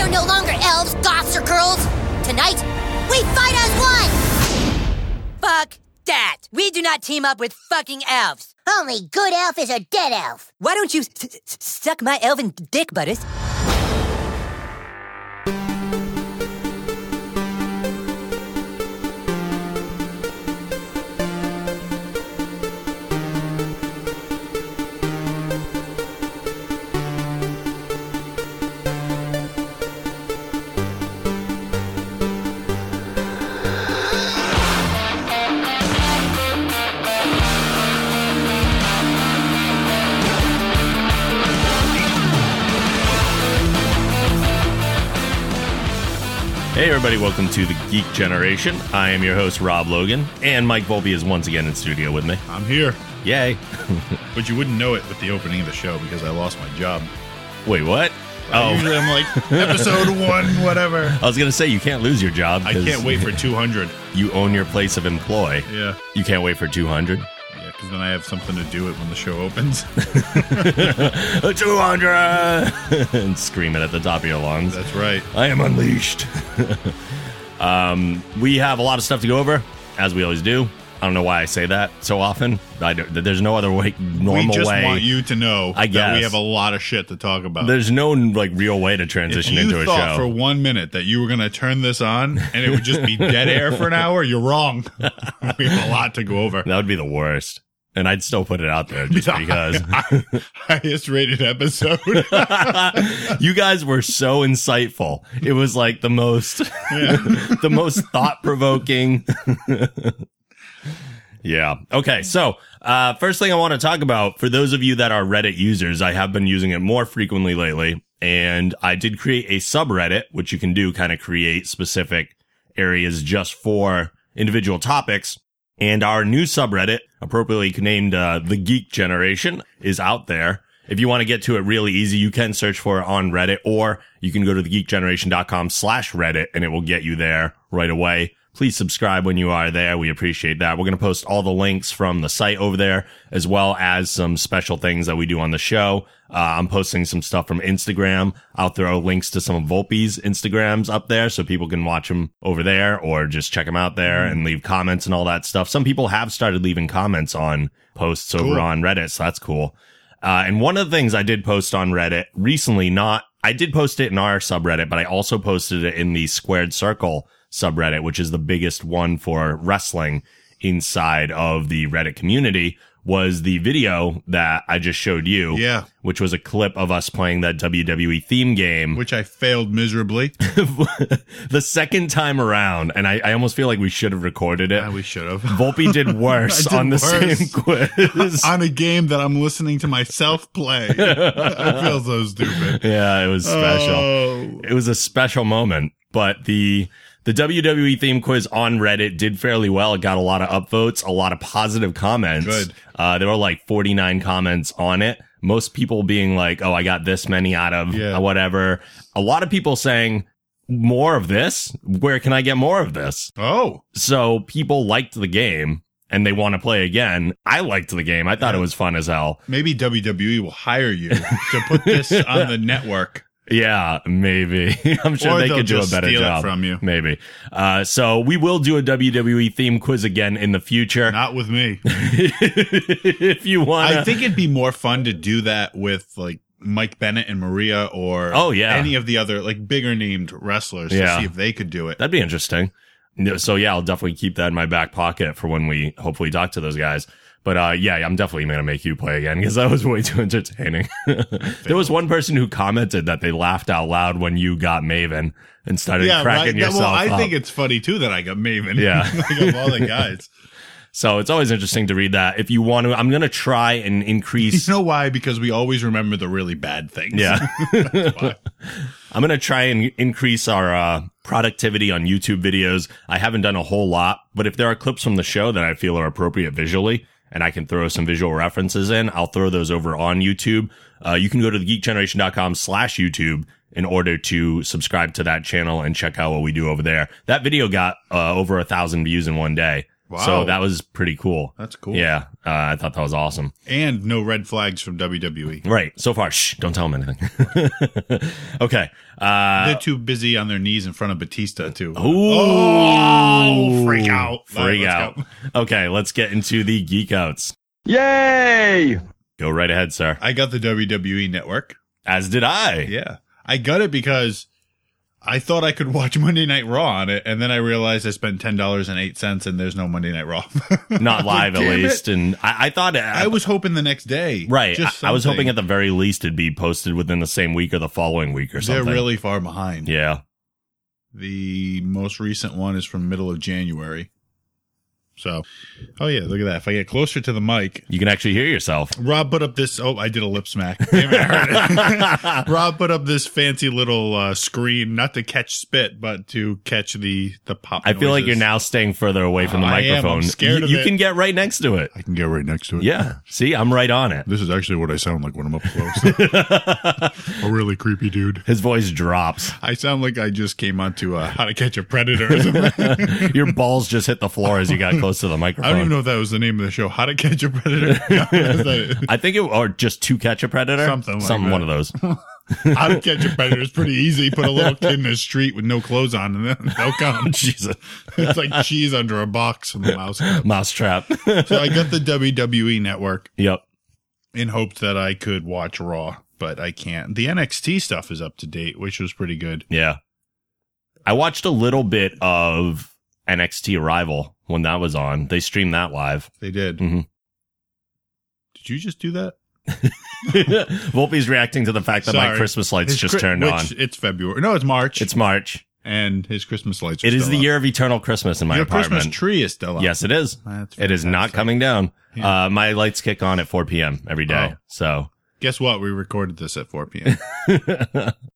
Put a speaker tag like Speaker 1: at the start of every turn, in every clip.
Speaker 1: are no longer elves, goths, or girls. Tonight, we fight as one!
Speaker 2: Fuck that! We do not team up with fucking elves!
Speaker 1: Only good elf is a dead elf.
Speaker 2: Why don't you s- s- suck my elven dick, Butters?
Speaker 3: Hey, everybody, welcome to the Geek Generation. I am your host, Rob Logan, and Mike Volpe is once again in studio with me.
Speaker 4: I'm here.
Speaker 3: Yay.
Speaker 4: But you wouldn't know it with the opening of the show because I lost my job.
Speaker 3: Wait, what? Oh,
Speaker 4: Usually I'm like, episode one, whatever.
Speaker 3: I was going to say, you can't lose your job.
Speaker 4: I
Speaker 3: 'cause
Speaker 4: can't wait for 200.
Speaker 3: You own your place of employ.
Speaker 4: Yeah.
Speaker 3: You can't wait for 200.
Speaker 4: Yeah, because then I have something to do it when the show opens.
Speaker 3: 200! and scream it at the top of your lungs.
Speaker 4: That's right.
Speaker 3: I am unleashed. um, we have a lot of stuff to go over, as we always do. I don't know why I say that so often. I don't, there's no other way, normal
Speaker 4: we just
Speaker 3: way.
Speaker 4: want you to know
Speaker 3: I
Speaker 4: that
Speaker 3: guess.
Speaker 4: we have a lot of shit to talk about.
Speaker 3: There's no like real way to
Speaker 4: if
Speaker 3: transition
Speaker 4: you
Speaker 3: into a
Speaker 4: thought
Speaker 3: show.
Speaker 4: for one minute that you were going to turn this on and it would just be dead air for an hour, you're wrong. we have a lot to go over.
Speaker 3: that would be the worst. And I'd still put it out there just because
Speaker 4: Highest rated episode.
Speaker 3: you guys were so insightful. It was like the most the most thought provoking. yeah. Okay. So, uh, first thing I want to talk about for those of you that are Reddit users, I have been using it more frequently lately. And I did create a subreddit, which you can do kind of create specific areas just for individual topics. And our new subreddit, appropriately named uh, The Geek Generation, is out there. If you want to get to it really easy, you can search for it on Reddit or you can go to thegeekgeneration.com slash Reddit and it will get you there right away. Please subscribe when you are there. We appreciate that. We're going to post all the links from the site over there as well as some special things that we do on the show. Uh, I'm posting some stuff from Instagram. I'll throw links to some of Volpe's Instagrams up there so people can watch them over there or just check them out there and leave comments and all that stuff. Some people have started leaving comments on posts over
Speaker 4: Cool.
Speaker 3: on Reddit, so that's cool. Uh, and one of the things I did post on Reddit recently, not, I did post it in our subreddit, but I also posted it in the squared circle subreddit, which is the biggest one for wrestling inside of the Reddit community was the video that I just showed you.
Speaker 4: Yeah.
Speaker 3: Which was a clip of us playing that WWE theme game
Speaker 4: which I failed miserably.
Speaker 3: the second time around. And I, I almost feel like we should have recorded it.
Speaker 4: Yeah, we should have.
Speaker 3: Volpe did worse
Speaker 4: I did
Speaker 3: on the
Speaker 4: worse.
Speaker 3: same quiz.
Speaker 4: on a game that I'm listening to myself play. I feel so stupid.
Speaker 3: yeah, it was special.
Speaker 4: Oh.
Speaker 3: it was a special moment. But the the WWE theme quiz on Reddit did fairly well. It got a lot of upvotes, a lot of positive comments.
Speaker 4: Good.
Speaker 3: Uh, there were like 49 comments on it. Most people being like, "Oh, I got this many out of uh,
Speaker 4: Yeah.
Speaker 3: whatever." A lot of people saying, "More of this? Where can I get more of this?"
Speaker 4: Oh,
Speaker 3: So people liked the game and they want to play again. I liked the game. I thought it was fun as hell.
Speaker 4: maybe WWE will hire you to put this on the network.
Speaker 3: Yeah, maybe. I'm sure
Speaker 4: Or
Speaker 3: they
Speaker 4: they'll
Speaker 3: could do a
Speaker 4: just
Speaker 3: better
Speaker 4: steal it
Speaker 3: job
Speaker 4: from you.
Speaker 3: Maybe. Uh, so we will do a WWE theme quiz again in the future
Speaker 4: Not with me.
Speaker 3: if you want.
Speaker 4: I think it'd be more fun to do that with like Mike Bennett and Maria or
Speaker 3: Oh, yeah.
Speaker 4: any of the other like bigger named wrestlers
Speaker 3: Yeah.
Speaker 4: to see if they could do it.
Speaker 3: that'd be interesting. No, So yeah, I'll definitely keep that in my back pocket for when we hopefully talk to those guys. But uh, yeah, I'm definitely gonna make you play again because that was way too entertaining. there was one person who commented that they laughed out loud when you got Maven and started cracking
Speaker 4: right. Yeah,
Speaker 3: yourself
Speaker 4: well, I
Speaker 3: up.
Speaker 4: think it's funny too that I got Maven.
Speaker 3: Yeah.
Speaker 4: like of all the guys.
Speaker 3: so it's always interesting to read that. If you want to, I'm gonna try and increase.
Speaker 4: You know why? Because we always remember the really bad things.
Speaker 3: Yeah. I'm going to try and increase our uh, productivity on YouTube videos. I haven't done a whole lot, but if there are clips from the show that I feel are appropriate visually and I can throw some visual references in, I'll throw those over on YouTube. Uh, you can go to thegeekgeneration.com slash YouTube in order to subscribe to that channel and check out what we do over there. That video got uh, over a thousand views in one day.
Speaker 4: Wow.
Speaker 3: So that was pretty cool.
Speaker 4: That's cool.
Speaker 3: Yeah, uh, I thought that was awesome.
Speaker 4: And no red flags from E. WWE.
Speaker 3: Right. So far, shh, don't tell him anything. okay. Uh,
Speaker 4: They're too busy on their knees in front of Batista too.
Speaker 3: oh,
Speaker 4: freak out.
Speaker 3: Freak
Speaker 4: Let's
Speaker 3: out.
Speaker 4: go.
Speaker 3: Okay, let's get into the geek outs.
Speaker 5: Yay!
Speaker 3: Go right ahead, sir.
Speaker 4: I got the WWE network.
Speaker 3: As did I.
Speaker 4: Yeah. I got it because I thought I could watch Monday Night Raw on it, and then I realized I spent ten dollars and eight cents and there's no Monday Night Raw.
Speaker 3: Not live, at
Speaker 4: Damn it.
Speaker 3: least. And I, I thought uh,
Speaker 4: I was hoping the next day.
Speaker 3: Right.
Speaker 4: Just
Speaker 3: I, I was
Speaker 4: something.
Speaker 3: hoping at the very least it'd be posted within the same week or the following week or
Speaker 4: they're
Speaker 3: something.
Speaker 4: really far behind.
Speaker 3: yeah.
Speaker 4: The most recent one is from middle of January. So, oh yeah, look at that. If I get closer to the mic,
Speaker 3: You can actually hear yourself.
Speaker 4: Rob put up this. Oh, I did a lip smack. Damn it, I heard it. Rob put up this fancy little uh, screen, not to catch spit, but to catch the the pop.
Speaker 3: I feel like
Speaker 4: noises.
Speaker 3: you're now staying further away from the
Speaker 4: I am. I'm
Speaker 3: microphone.
Speaker 4: scared
Speaker 3: you
Speaker 4: of
Speaker 3: you
Speaker 4: it.
Speaker 3: can get right next to it.
Speaker 4: I can get right next to it.
Speaker 3: Yeah. See, I'm right on it.
Speaker 4: This is actually what I sound like when I'm up close. a really creepy dude.
Speaker 3: His voice drops.
Speaker 4: I sound like I just came onto uh, How to Catch a Predator. or something.
Speaker 3: Your balls just hit the floor as you got close to the microphone.
Speaker 4: I don't even know if that was the name of the show. How to Catch a Predator. Is that
Speaker 3: I think it or just to catch a predator.
Speaker 4: Something like
Speaker 3: Something
Speaker 4: that.
Speaker 3: one of those.
Speaker 4: it? How to Catch a Predator is pretty easy. Put a little kid in the street with no clothes on, and then they'll come.
Speaker 3: Jesus.
Speaker 4: It's like cheese under a box and the mouse. comes.
Speaker 3: Mousetrap.
Speaker 4: So I got the WWE network
Speaker 3: yep.
Speaker 4: in hopes that I could watch Raw, but I can't. The NXT stuff is up to date, which was pretty good.
Speaker 3: Yeah. I watched a little bit of NXT Arrival when that was on. They streamed that live.
Speaker 4: They did.
Speaker 3: Mhm.
Speaker 4: Did you just do that?
Speaker 3: Volpe's reacting to the fact that my
Speaker 4: Sorry.
Speaker 3: Christmas lights
Speaker 4: His
Speaker 3: just
Speaker 4: Chri-
Speaker 3: turned
Speaker 4: which-
Speaker 3: on.
Speaker 4: It's February. No, it's March.
Speaker 3: It's March.
Speaker 4: and his Christmas lights. Are
Speaker 3: It is
Speaker 4: still
Speaker 3: the
Speaker 4: up.
Speaker 3: year of eternal Christmas in my
Speaker 4: Your
Speaker 3: apartment.
Speaker 4: Christmas tree is still up.
Speaker 3: yes, it is.
Speaker 4: That's
Speaker 3: It is not
Speaker 4: fantastic.
Speaker 3: coming down.
Speaker 4: Yeah.
Speaker 3: Uh, my lights kick on at 4 p.m. every day.
Speaker 4: Oh.
Speaker 3: So
Speaker 4: Guess what? We recorded this at 4 p.m.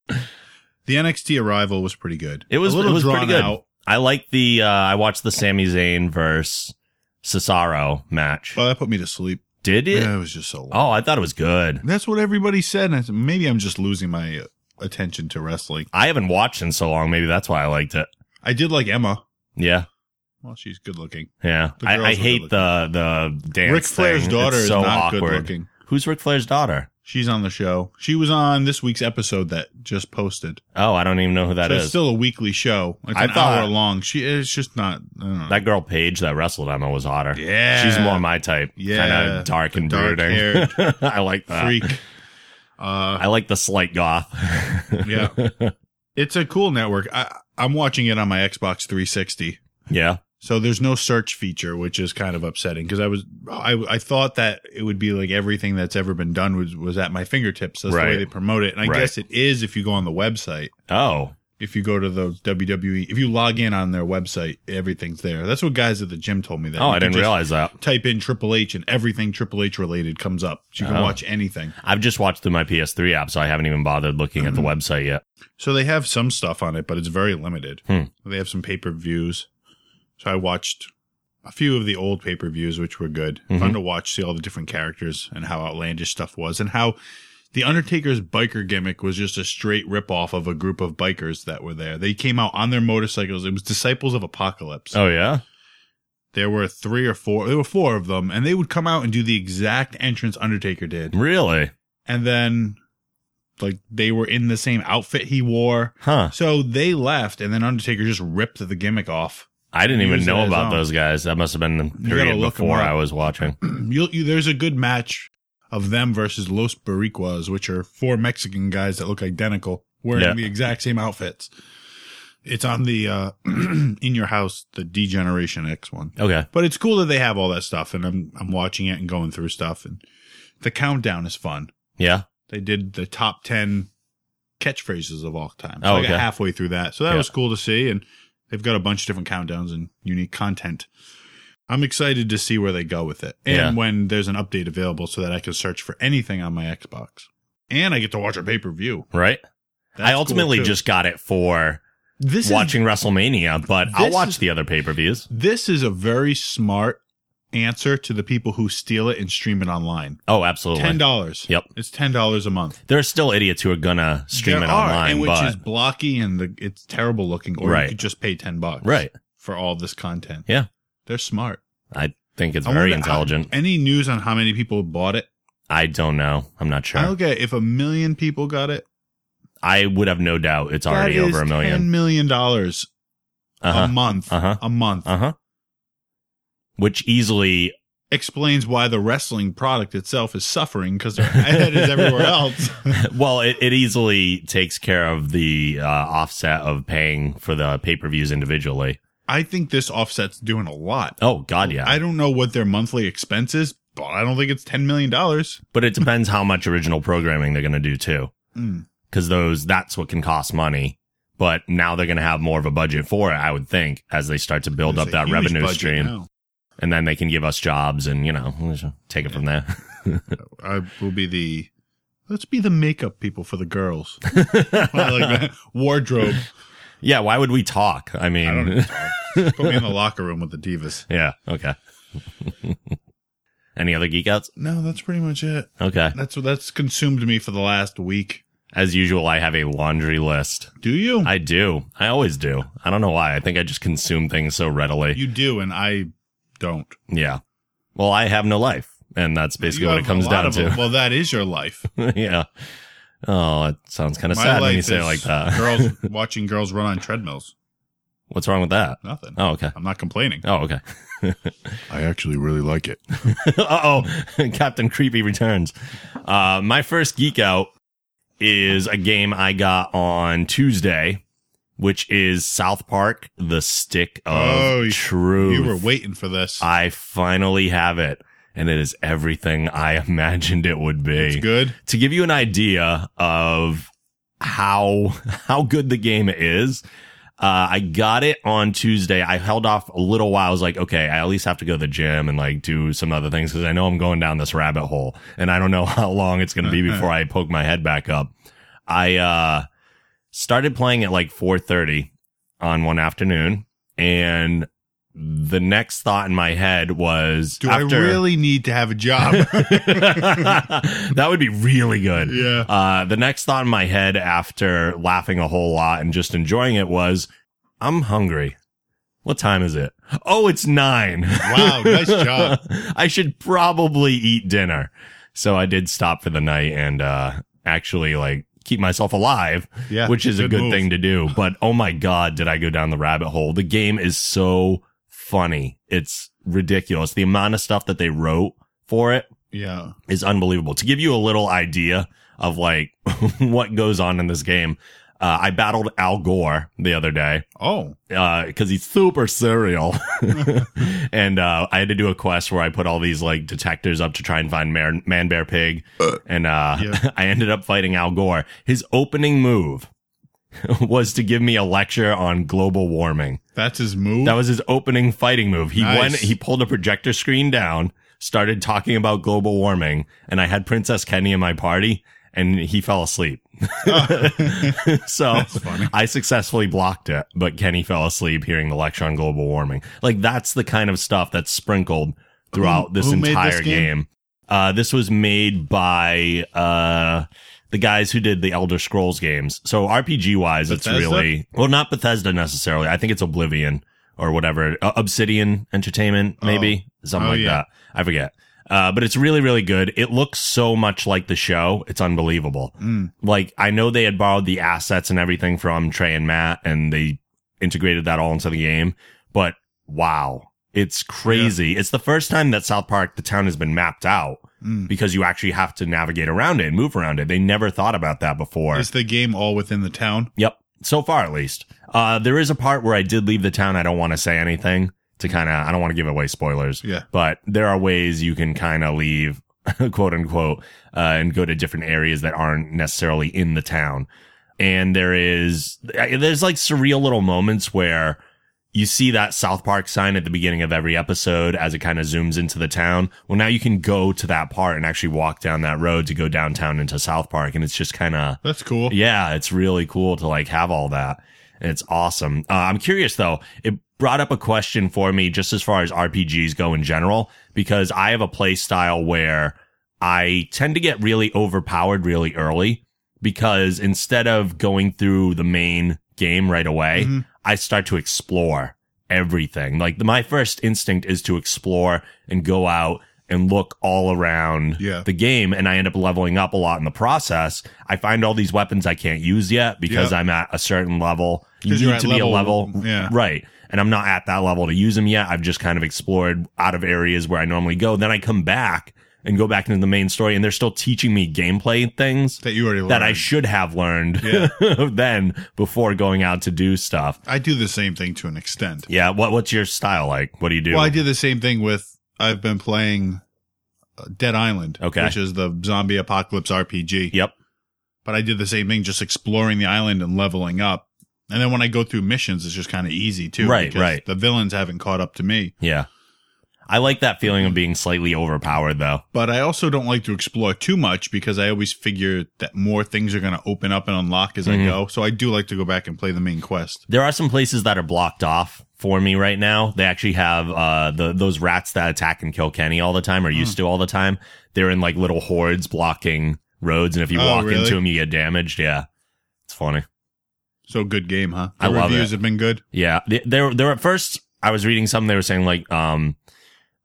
Speaker 4: the NXT arrival was pretty good.
Speaker 3: it was
Speaker 4: a little
Speaker 3: it was
Speaker 4: drawn
Speaker 3: pretty good.
Speaker 4: out.
Speaker 3: I like the uh, I watched the Sami Zayn versus Cesaro match.
Speaker 4: Well, that put me to sleep.
Speaker 3: Did it?
Speaker 4: Uh, Yeah, it was just so long.
Speaker 3: Oh, I thought it was good.
Speaker 4: That's what everybody said. And I said, maybe I'm just losing my uh, attention to wrestling.
Speaker 3: I haven't watched in so long. Maybe that's why I liked it.
Speaker 4: I did like Emma.
Speaker 3: Yeah,
Speaker 4: Well, she's good looking.
Speaker 3: yeah.
Speaker 4: The
Speaker 3: I,
Speaker 4: girls
Speaker 3: I
Speaker 4: were
Speaker 3: hate
Speaker 4: good
Speaker 3: the the dance.
Speaker 4: Ric Flair's
Speaker 3: thing.
Speaker 4: daughter
Speaker 3: It's
Speaker 4: is
Speaker 3: so
Speaker 4: not
Speaker 3: awkward.
Speaker 4: good looking.
Speaker 3: Who's Ric Flair's daughter?
Speaker 4: She's on the show. She was on this week's episode that just posted.
Speaker 3: Oh, I don't even know who that
Speaker 4: so
Speaker 3: is.
Speaker 4: it's still a weekly show. It's
Speaker 3: I
Speaker 4: an
Speaker 3: thought-
Speaker 4: hour long. She it's just not. I don't know.
Speaker 3: that girl Paige that wrestled Emma was hotter.
Speaker 4: Yeah.
Speaker 3: she's more my type.
Speaker 4: Yeah.
Speaker 3: kind of dark
Speaker 4: The
Speaker 3: and brooding.
Speaker 4: dark-haired
Speaker 3: I like that.
Speaker 4: freak. Uh,
Speaker 3: I like the slight goth.
Speaker 4: yeah, it's a cool network. I, I'm watching it on my Xbox 360.
Speaker 3: yeah,
Speaker 4: So there's no search feature, which is kind of upsetting because I was I I thought that it would be like everything that's ever been done was was at my fingertips. That's the way
Speaker 3: Right.
Speaker 4: they promote it, and I
Speaker 3: Right.
Speaker 4: guess it is if you go on the website.
Speaker 3: Oh,
Speaker 4: If you go to the WWE, if you log in on their website, everything's there. That's what guys at the gym told me. That
Speaker 3: oh,
Speaker 4: You
Speaker 3: I
Speaker 4: can
Speaker 3: didn't
Speaker 4: just
Speaker 3: realize that.
Speaker 4: Type in Triple H and everything Triple H related comes up. So you can
Speaker 3: Oh.
Speaker 4: watch anything.
Speaker 3: I've just watched through my PS3 app, so I haven't even bothered looking
Speaker 4: Mm-hmm.
Speaker 3: at the website yet.
Speaker 4: So they have some stuff on it, but it's very limited.
Speaker 3: Hmm.
Speaker 4: They have some pay per views. So I watched a few of the old pay per views, which were good.
Speaker 3: Mm-hmm.
Speaker 4: Fun to watch, see all the different characters and how outlandish stuff was, and how the Undertaker's biker gimmick was just a straight ripoff of a group of bikers that were there. They came out on their motorcycles. It was Disciples of Apocalypse.
Speaker 3: Oh yeah,
Speaker 4: There were three or four, there were four of them, and they would come out and do the exact entrance Undertaker did.
Speaker 3: really?
Speaker 4: And then, like, they were in the same outfit he wore.
Speaker 3: Huh?
Speaker 4: So they left, and then Undertaker just ripped the gimmick off.
Speaker 3: I didn't even
Speaker 4: Use
Speaker 3: know
Speaker 4: it as
Speaker 3: about
Speaker 4: on.
Speaker 3: those guys. That must have been the
Speaker 4: gotta
Speaker 3: period
Speaker 4: look 'em
Speaker 3: before
Speaker 4: up.
Speaker 3: I was watching.
Speaker 4: You'll, you, there's a good match of them versus Los Bariquas, which are four Mexican guys that look identical, wearing
Speaker 3: Yeah.
Speaker 4: the exact same outfits. It's on the uh, in your house, the D Generation X one.
Speaker 3: Okay.
Speaker 4: But it's cool that they have all that stuff, and I'm I'm watching it and going through stuff, and the countdown is fun.
Speaker 3: Yeah.
Speaker 4: They did the top ten catchphrases of all time. So
Speaker 3: Oh,
Speaker 4: I got
Speaker 3: okay.
Speaker 4: halfway through that, so that
Speaker 3: Yeah.
Speaker 4: was cool to see, and they've got a bunch of different countdowns and unique content. I'm excited to see where they go with it, and
Speaker 3: Yeah.
Speaker 4: when there's an update available, so that I can search for anything on my Xbox, and I get to watch a pay per view.
Speaker 3: Right. I ultimately just got it for
Speaker 4: this
Speaker 3: watching WrestleMania, but I'll
Speaker 4: this
Speaker 3: watch
Speaker 4: is-
Speaker 3: the other pay per views.
Speaker 4: Is, this is a very smart answer to the people who steal it and stream it online.
Speaker 3: Oh, absolutely.
Speaker 4: Ten dollars.
Speaker 3: Yep.
Speaker 4: it's ten dollars a month.
Speaker 3: There are still idiots who are gonna stream
Speaker 4: There
Speaker 3: it
Speaker 4: are,
Speaker 3: online,
Speaker 4: and which
Speaker 3: but
Speaker 4: is blocky and the, it's terrible looking. Or
Speaker 3: Right.
Speaker 4: you could just pay ten bucks,
Speaker 3: Right.
Speaker 4: for all this content.
Speaker 3: Yeah.
Speaker 4: they're smart.
Speaker 3: I think it's
Speaker 4: I
Speaker 3: very
Speaker 4: wonder how-
Speaker 3: intelligent.
Speaker 4: any news on how many people bought it?
Speaker 3: I don't know. I'm not sure.
Speaker 4: I'll get if a million people got it.
Speaker 3: I would have no doubt it's already
Speaker 4: that
Speaker 3: over
Speaker 4: is
Speaker 3: a
Speaker 4: Ten um,
Speaker 3: million.
Speaker 4: million dollars a
Speaker 3: Uh huh.
Speaker 4: month.
Speaker 3: Uh-huh.
Speaker 4: A month
Speaker 3: Uh huh. Which easily
Speaker 4: explains why the wrestling product itself is suffering because their head is everywhere else.
Speaker 3: well, it, it easily takes care of the uh, offset of paying for the pay per views individually.
Speaker 4: I think this offset's doing a lot.
Speaker 3: Oh God, yeah.
Speaker 4: I don't know what their monthly expense is, but I don't think it's ten million dollars.
Speaker 3: but it depends how much original programming they're going to do too,
Speaker 4: Mm.
Speaker 3: because those that's what can cost money. But now they're going to have more of a budget for it, I would think, as they start to build up
Speaker 4: There's a
Speaker 3: that
Speaker 4: huge
Speaker 3: revenue
Speaker 4: budget
Speaker 3: stream,
Speaker 4: now.
Speaker 3: and then they can give us jobs and you know we'll just take it from there.
Speaker 4: I will be the let's be the makeup people for the girls. I like that. Wardrobe.
Speaker 3: yeah, why would we talk? I mean,
Speaker 4: I don't know. Put me in the locker room with the divas.
Speaker 3: yeah, okay. Any other geek outs?
Speaker 4: No, that's pretty much it.
Speaker 3: Okay.
Speaker 4: That's that's consumed me for the last week.
Speaker 3: As usual, I have a laundry list.
Speaker 4: Do you?
Speaker 3: I do. I always do. I don't know why. I think I just consume things so readily.
Speaker 4: you do, and I don't.
Speaker 3: yeah. Well, I have no life, and that's basically
Speaker 4: You
Speaker 3: what it
Speaker 4: have
Speaker 3: comes
Speaker 4: a lot
Speaker 3: down
Speaker 4: of them.
Speaker 3: to.
Speaker 4: Well, that is your life.
Speaker 3: yeah. Oh, it sounds kind of sad when you say it like that.
Speaker 4: girls watching girls run on treadmills.
Speaker 3: What's wrong with that?
Speaker 4: Nothing.
Speaker 3: Oh, okay.
Speaker 4: I'm not complaining.
Speaker 3: Oh, okay.
Speaker 4: I actually really like it.
Speaker 3: uh oh, Captain Creepy returns. Uh, my first geek out is a game I got on Tuesday, which is South Park: The Stick of
Speaker 4: Oh, you-
Speaker 3: Truth.
Speaker 4: You were waiting for this.
Speaker 3: I finally have it, and it is everything I imagined it would be.
Speaker 4: it's good.
Speaker 3: To give you an idea of how how good the game is, uh, I got it on Tuesday. I held off a little while. I was like, okay, I at least have to go to the gym and like do some other things because I know I'm going down this rabbit hole, and I don't know how long it's going to be
Speaker 4: Uh-huh.
Speaker 3: before I poke my head back up. I uh, started playing at like 4:30 on one afternoon, and the next thought in my head was,
Speaker 4: Do
Speaker 3: after,
Speaker 4: I really need to have a job?
Speaker 3: that would be really good.
Speaker 4: Yeah.
Speaker 3: Uh, the next thought in my head after laughing a whole lot and just enjoying it was, I'm hungry. What time is it? Oh, it's nine.
Speaker 4: wow, nice job.
Speaker 3: I should probably eat dinner. So I did stop for the night and uh, actually like keep myself alive,
Speaker 4: Yeah,
Speaker 3: which is a good
Speaker 4: move.
Speaker 3: thing to do. But oh my god, did I go down the rabbit hole? The game is so funny. It's ridiculous. The amount of stuff that they wrote for it
Speaker 4: Yeah,
Speaker 3: is unbelievable. To give you a little idea of like what goes on in this game, uh, I battled Al Gore the other day
Speaker 4: Oh,
Speaker 3: because he's super serial. and uh, I had to do a quest where I put all these like detectors up to try and find man, man bear, pig, and uh,
Speaker 4: Yeah.
Speaker 3: I ended up fighting Al Gore. His opening move was to give me a lecture on global warming.
Speaker 4: that's his move.
Speaker 3: That was his opening fighting move. He
Speaker 4: Nice.
Speaker 3: went, he pulled a projector screen down, started talking about global warming, and I had Princess Kenny in my party, and he fell asleep. so I successfully blocked it, but Kenny fell asleep hearing the lecture on global warming. Like that's the kind of stuff that's sprinkled throughout this
Speaker 4: who made this
Speaker 3: entire
Speaker 4: game?
Speaker 3: game. Uh, this was made by uh, the guys who did the Elder Scrolls games. So RPG wise, it's
Speaker 4: Bethesda?
Speaker 3: really well not Bethesda necessarily. I think it's Oblivion or whatever uh, Obsidian Entertainment, maybe something
Speaker 4: Oh,
Speaker 3: like
Speaker 4: yeah.
Speaker 3: that. I forget. Uh, but it's really, really good. It looks so much like the show. It's unbelievable.
Speaker 4: Mm.
Speaker 3: Like I know they had borrowed the assets and everything from Trey and Matt, and they integrated that all into the game. But wow, it's crazy. It's the first time that South Park, the town has been mapped out
Speaker 4: Mm.
Speaker 3: because you actually have to navigate around it and move around it. They never thought about that before.
Speaker 4: is the game all within the town?
Speaker 3: Yep. So far, at least. Uh, there is a part where I did leave the town. I don't want to say anything to kind of, I don't want to give away spoilers.
Speaker 4: Yeah.
Speaker 3: But there are ways you can kind of leave, quote unquote, uh, and go to different areas that aren't necessarily in the town. And there is, there's like surreal little moments where you see that South Park sign at the beginning of every episode as it kind of zooms into the town. Well, now you can go to that part and actually walk down that road to go downtown into South Park. And it's just kind of,
Speaker 4: That's cool.
Speaker 3: yeah, it's really cool to like have all that. And It's awesome. Uh, I'm curious though. It brought up a question for me just as far as RPGs go in general, because I have a play style where I tend to get really overpowered really early because
Speaker 4: Mm-hmm.
Speaker 3: instead of going through the main game right away, I start to explore everything. Like my first instinct is to explore and go out and look all around
Speaker 4: Yeah.
Speaker 3: the game and I end up leveling up a lot in the process. I find all these weapons I can't use yet because
Speaker 4: Yep.
Speaker 3: I'm at a certain level. You
Speaker 4: 'Cause you're
Speaker 3: need
Speaker 4: at
Speaker 3: to be a
Speaker 4: level-
Speaker 3: level.
Speaker 4: yeah.
Speaker 3: Right. And I'm not at that level to use them yet. I've just kind of explored out of areas where I normally go. Then I come back and go back into the main story and they're still teaching me gameplay things
Speaker 4: that you already learned.
Speaker 3: that I should have learned
Speaker 4: Yeah.
Speaker 3: then before going out to do stuff.
Speaker 4: I do the same thing to an extent.
Speaker 3: Yeah, what what's your style like? What do you do?
Speaker 4: Well, I did the same thing with I've been playing uh, Dead Island,
Speaker 3: Okay.
Speaker 4: which is the zombie apocalypse RPG.
Speaker 3: yep.
Speaker 4: But I did the same thing, just exploring the island and leveling up. And then when I go through missions, it's just kind of easy too.
Speaker 3: Right,
Speaker 4: because
Speaker 3: right.
Speaker 4: The villains haven't caught up to me,
Speaker 3: Yeah. I like that feeling of being slightly overpowered though.
Speaker 4: but I also don't like to explore too much because I always figure that more things are going to open up and unlock as
Speaker 3: Mm-hmm.
Speaker 4: I go. So I do like to go back and play the main quest.
Speaker 3: There are some places that are blocked off for me right now. They actually have uh the those rats that attack and kill Kenny all the time or used
Speaker 4: Hmm.
Speaker 3: to all the time. They're in like little hordes blocking roads and if you
Speaker 4: Oh,
Speaker 3: walk
Speaker 4: really?
Speaker 3: into them you get damaged. Yeah. It's funny.
Speaker 4: So good game, huh? The
Speaker 3: I love
Speaker 4: reviews
Speaker 3: it.
Speaker 4: have been good.
Speaker 3: Yeah, they- there there at first I was reading something they were saying like um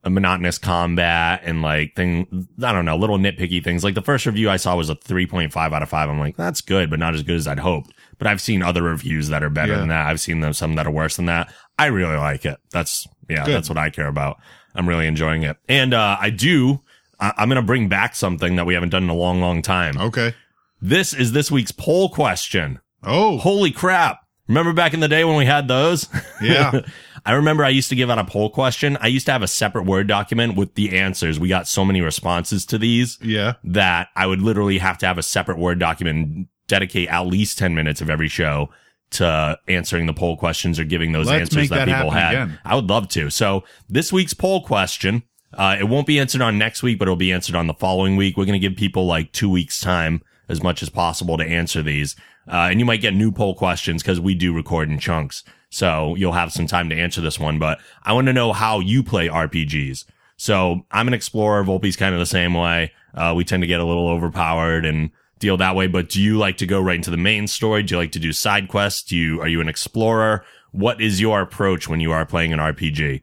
Speaker 3: a monotonous combat and like thing I don't know little nitpicky things. Like the first review I saw was a three point five out of five. I'm like that's good, but not as good as I'd hoped. But I've seen other reviews that are better
Speaker 4: Yeah.
Speaker 3: than that. I've seen them some that are worse than that. I really like it. That's yeah,
Speaker 4: Good.
Speaker 3: that's what I care about. I'm really enjoying it, and uh, I do. I- I'm gonna bring back something that we haven't done in a long, long time.
Speaker 4: Okay.
Speaker 3: This is this week's poll question.
Speaker 4: Oh,
Speaker 3: Holy crap! Remember back in the day when we had those?
Speaker 4: yeah.
Speaker 3: I remember I used to give out a poll question. I used to have a separate Word document with the answers. We got so many responses to these
Speaker 4: yeah.
Speaker 3: that I would literally have to have a separate Word document and dedicate at least 10 minutes of every show to answering the poll questions or giving those
Speaker 4: Let's
Speaker 3: answers
Speaker 4: make
Speaker 3: that,
Speaker 4: that
Speaker 3: people
Speaker 4: happen
Speaker 3: had.
Speaker 4: again.
Speaker 3: I would love to. So this week's poll question, uh, it won't be answered on next week, but it'll be answered on the following week. We're going to give people like two weeks time as much as possible to answer these. Uh, and you might get new poll questions because we do record in chunks. So you'll have some time to answer this one, but I want to know how you play RPGs. So I'm an explorer. Volpe's kind of the same way. Uh, we tend to get a little overpowered and deal that way. But do you like to go right into the main story? Do you like to do side quests? Do you, are you an explorer? What is your approach when you are playing an RPG?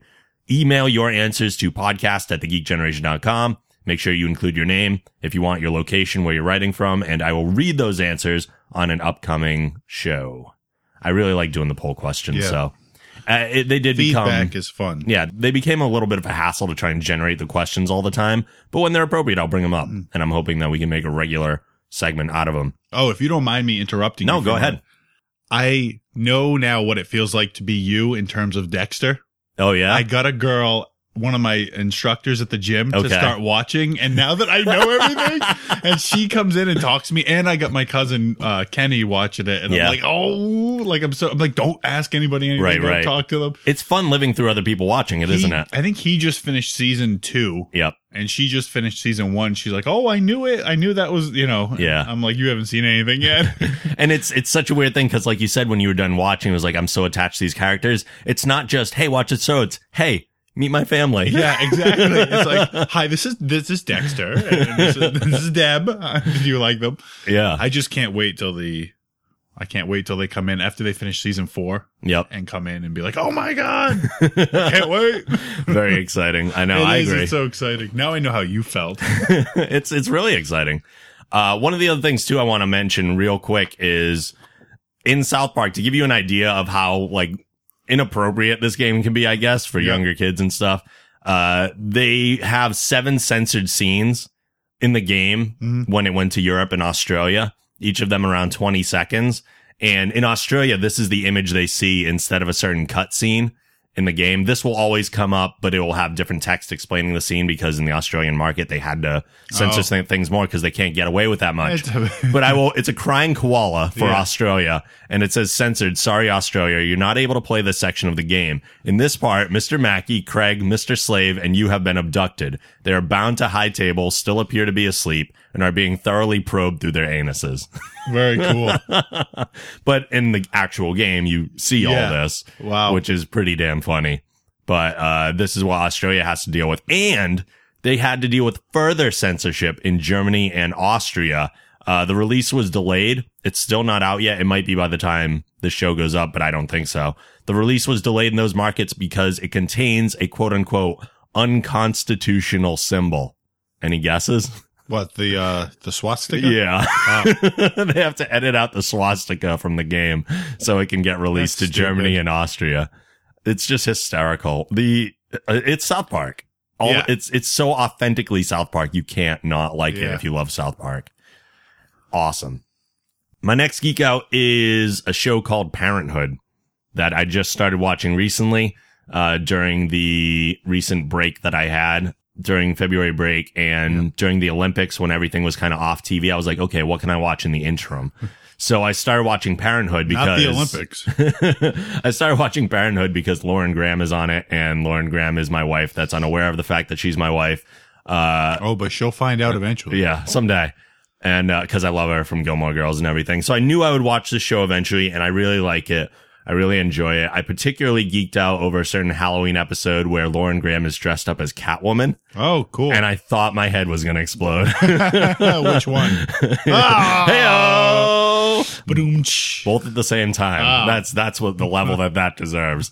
Speaker 3: Email your answers to podcast at thegeekgeneration.com. Make sure you include your name if you want your location where you're writing from, and I will read those answers on an upcoming show. I really like doing the poll questions,
Speaker 4: Yeah.
Speaker 3: so uh, it, they did
Speaker 4: Feedback
Speaker 3: become
Speaker 4: is fun.
Speaker 3: yeah, they became a little bit of a hassle to try and generate the questions all the time, but when they're appropriate, I'll bring them up,
Speaker 4: Mm.
Speaker 3: and I'm hoping that we can make a regular segment out of them.
Speaker 4: Oh, if you don't mind me interrupting.
Speaker 3: No,
Speaker 4: you
Speaker 3: go
Speaker 4: for a
Speaker 3: ahead.
Speaker 4: moment. I know now what it feels like to be you in terms of Dexter.
Speaker 3: Oh yeah,
Speaker 4: I got a girl, one of my instructors at the gym,
Speaker 3: Okay.
Speaker 4: to start watching, and now that I know everything, and she comes in and talks to me, and I got my cousin uh, Kenny watching it, and
Speaker 3: Yeah.
Speaker 4: I'm like, oh, like I'm so, I'm like, don't ask anybody anything,
Speaker 3: Right,
Speaker 4: don't
Speaker 3: right.
Speaker 4: talk to them,
Speaker 3: it's fun living through other people watching it,
Speaker 4: He-
Speaker 3: not it?
Speaker 4: I think he just finished season two,
Speaker 3: Yep.
Speaker 4: and she just finished season one. She's like, oh, I knew it, I knew that was, you know,
Speaker 3: Yeah.
Speaker 4: I'm like, you haven't seen anything yet.
Speaker 3: And it's it's such a weird thing because, like you said, when you were done watching, it was like I'm so attached to these characters. It's not just hey, watch it, so it's hey, meet my family.
Speaker 4: Yeah, exactly. It's like, hi, this is this is Dexter, and this is, this is Deb. Do you like them?
Speaker 3: yeah,
Speaker 4: I just can't wait till the, I can't wait till they come in after they finish season four
Speaker 3: yep.
Speaker 4: and come in and be like, oh my god, I can't wait.
Speaker 3: Very exciting. I know.
Speaker 4: It
Speaker 3: I
Speaker 4: is,
Speaker 3: agree.
Speaker 4: It's so exciting. Now I know how you felt.
Speaker 3: it's it's really exciting. Uh, one of the other things too I want to mention real quick is in South Park to give you an idea of how like inappropriate this game can be, I guess, for
Speaker 4: Yeah.
Speaker 3: younger kids and stuff. Uh, they have seven censored scenes in the game
Speaker 4: Mhm.
Speaker 3: when it went to Europe and Australia, each of them around 20 seconds. And in Australia, this is the image they see instead of a certain cutscene in the game. This will always come up, but it will have different text explaining the scene because in the Australian market, they had to censor
Speaker 4: Oh.
Speaker 3: some things more because they can't get away with that much
Speaker 4: It's-
Speaker 3: but I will. It's a crying koala for
Speaker 4: Yeah.
Speaker 3: Australia, and it says censored. Sorry, Australia, you're not able to play this section of the game. In this part, Mr. Mackey, Craig, Mr. Slave, and you have been abducted. They are bound to high table, still appear to be asleep, and are being thoroughly probed through their anuses.
Speaker 4: Very cool.
Speaker 3: but in the actual game, you see
Speaker 4: Yeah.
Speaker 3: all this,
Speaker 4: Wow.
Speaker 3: which is pretty damn funny. But uh, this is what Australia has to deal with, and they had to deal with further censorship in Germany and Austria. Uh, the release was delayed; it's still not out yet. It might be by the time the show goes up, but I don't think so. The release was delayed in those markets because it contains a quote unquote unconstitutional symbol. Any guesses?
Speaker 4: What the uh the swastika?
Speaker 3: Yeah. they have to edit out the swastika from the game so it can get released
Speaker 4: That's
Speaker 3: to Germany
Speaker 4: stupid.
Speaker 3: and Austria. It's just hysterical. The uh, it's South Park. All
Speaker 4: Yeah.
Speaker 3: it's it's so authentically South Park. You can't not like it
Speaker 4: Yeah.
Speaker 3: if you love South Park. Awesome. My next geek out is a show called Parenthood that I just started watching recently uh, during the recent break that I had during February break and during the Olympics when everything was kind of off TV. I was like, okay, what can I watch in the interim? So I started watching Parenthood because
Speaker 4: Not the Olympics.
Speaker 3: I started watching Parenthood because Lauren Graham is on it, and Lauren Graham is my wife. That's unaware of the fact that she's my wife. Uh,
Speaker 4: Oh, but she'll find out eventually.
Speaker 3: yeah, someday. And because I love her from Gilmore Girls and everything. So I knew I would watch the show eventually, and I really like it. I really enjoy it. I particularly geeked out over a certain Halloween episode where Lauren Graham is dressed up as Catwoman,
Speaker 4: Oh, cool.
Speaker 3: and I thought my head was going to explode.
Speaker 4: Which one? Ah!
Speaker 3: Heyo!
Speaker 4: Ba-doom-tsh.
Speaker 3: both at the same time. That's that's what the level that that deserves.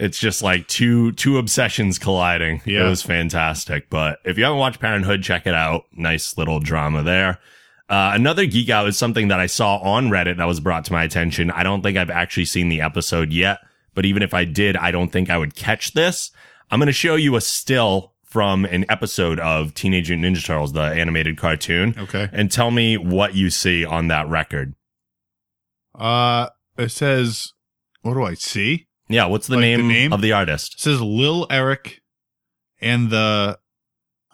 Speaker 3: it's just like two two obsessions colliding.
Speaker 4: Yeah.
Speaker 3: It was fantastic. But if you haven't watched Parenthood, check it out. Nice little drama there. Uh, another geek out is something that I saw on Reddit that was brought to my attention. I don't think I've actually seen the episode yet, but even if I did, I don't think I would catch this. I'm going to show you a still from an episode of Teenage Mutant Ninja Turtles, the animated cartoon,
Speaker 4: Okay.
Speaker 3: and tell me what you see on that record.
Speaker 4: Uh, it says, what do I see?
Speaker 3: Yeah, what's the,
Speaker 4: Like the
Speaker 3: name,
Speaker 4: name?
Speaker 3: of the
Speaker 4: It
Speaker 3: artist?
Speaker 4: says Lil Eric and the,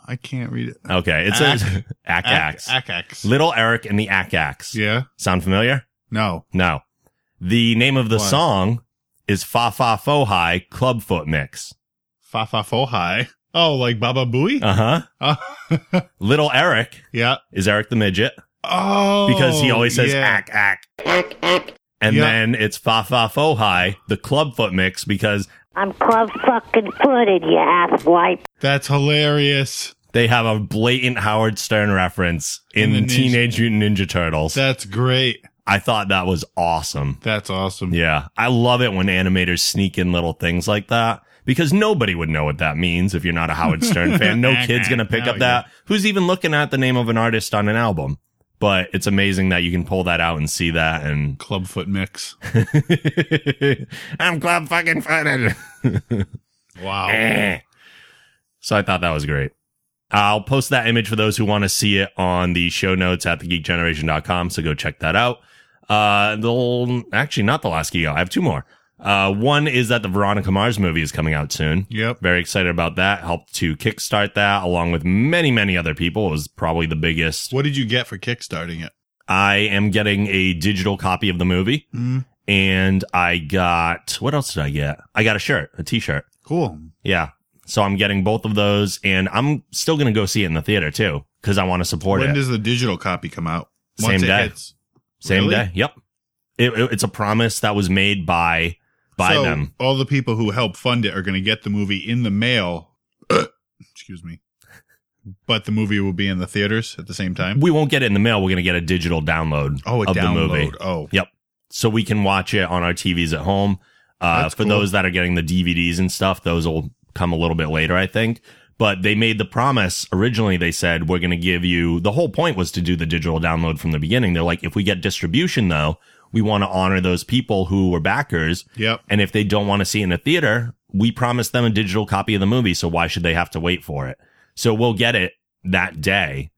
Speaker 4: I can't read it.
Speaker 3: Okay, it says Ack Axe.
Speaker 4: Akax.
Speaker 3: Little Eric and the Ack Axe.
Speaker 4: Yeah.
Speaker 3: Sound familiar?
Speaker 4: No.
Speaker 3: No. The name of the
Speaker 4: What?
Speaker 3: song is Fa Fa Fo Hi Clubfoot Mix.
Speaker 4: Fa fa fo hi. Oh, like Baba Booey?
Speaker 3: Uh huh.
Speaker 4: Uh,
Speaker 3: Little Eric
Speaker 4: yeah.
Speaker 3: is Eric the Midget
Speaker 4: Oh.
Speaker 3: because he always says
Speaker 4: yeah.
Speaker 3: Ack Ack. And
Speaker 4: Yeah.
Speaker 3: then it's Fa Fa Fo Hi, the Clubfoot Mix, because
Speaker 6: I'm club fucking footed, you ass wipe.
Speaker 4: That's hilarious.
Speaker 3: they have a blatant Howard Stern reference in,
Speaker 4: In the Ninja-
Speaker 3: Teenage Mutant Ninja Turtles.
Speaker 4: That's great.
Speaker 3: I thought that was awesome.
Speaker 4: That's awesome.
Speaker 3: Yeah, I love it when animators sneak in little things like that because nobody would know what that means if you're not a Howard Stern fan. No kid's going to pick
Speaker 4: Hell
Speaker 3: up that. Who's even looking at the name of an artist on an album? But it's amazing that you can pull that out and see that and
Speaker 4: Clubfoot mix.
Speaker 3: I'm club fucking footed.
Speaker 4: Wow.
Speaker 3: Eh. so I thought that was great. I'll post that image for those who want to see it on the show notes at thegeekgeneration.com. So go check that out. Uh, the actually not the last geek out. I have two more. Uh, one is that the Veronica Mars movie is coming out soon.
Speaker 4: Yep.
Speaker 3: Very excited about that. Helped to kickstart that along with many, many other people. It was probably the biggest
Speaker 4: What did you get for kickstarting it?
Speaker 3: I am getting a digital copy of the movie. And I got, what else did I get? I got a shirt, a t shirt.
Speaker 4: Cool.
Speaker 3: Yeah. So I'm getting both of those and I'm still going to go see it in the theater too because I want to support
Speaker 4: When
Speaker 3: it.
Speaker 4: does the digital copy come out?
Speaker 3: Same day. Same
Speaker 4: Really?
Speaker 3: day. Yep. It, it- it's a promise that was made by, by
Speaker 4: So,
Speaker 3: them.
Speaker 4: All the people who help fund it are going to get the movie in the mail. Excuse me. But the movie will be in the theaters at the same time.
Speaker 3: We won't get it in the mail. We're going to get a digital download
Speaker 4: Oh, a
Speaker 3: of
Speaker 4: download.
Speaker 3: the movie.
Speaker 4: Oh,
Speaker 3: Yep. So we can watch it on our TVs at home. Uh,
Speaker 4: That's
Speaker 3: for
Speaker 4: cool.
Speaker 3: those that are getting the DVDs and stuff, those will come a little bit later, I think. But they made the promise originally. They said, we're going to give you the whole point was to do the digital download from the beginning. They're like, if we get distribution though, we want to honor those people who were backers.
Speaker 4: Yep.
Speaker 3: And if they don't want to see it in a theater, we promised them a digital copy of the movie. So why should they have to wait for it? So we'll get it that day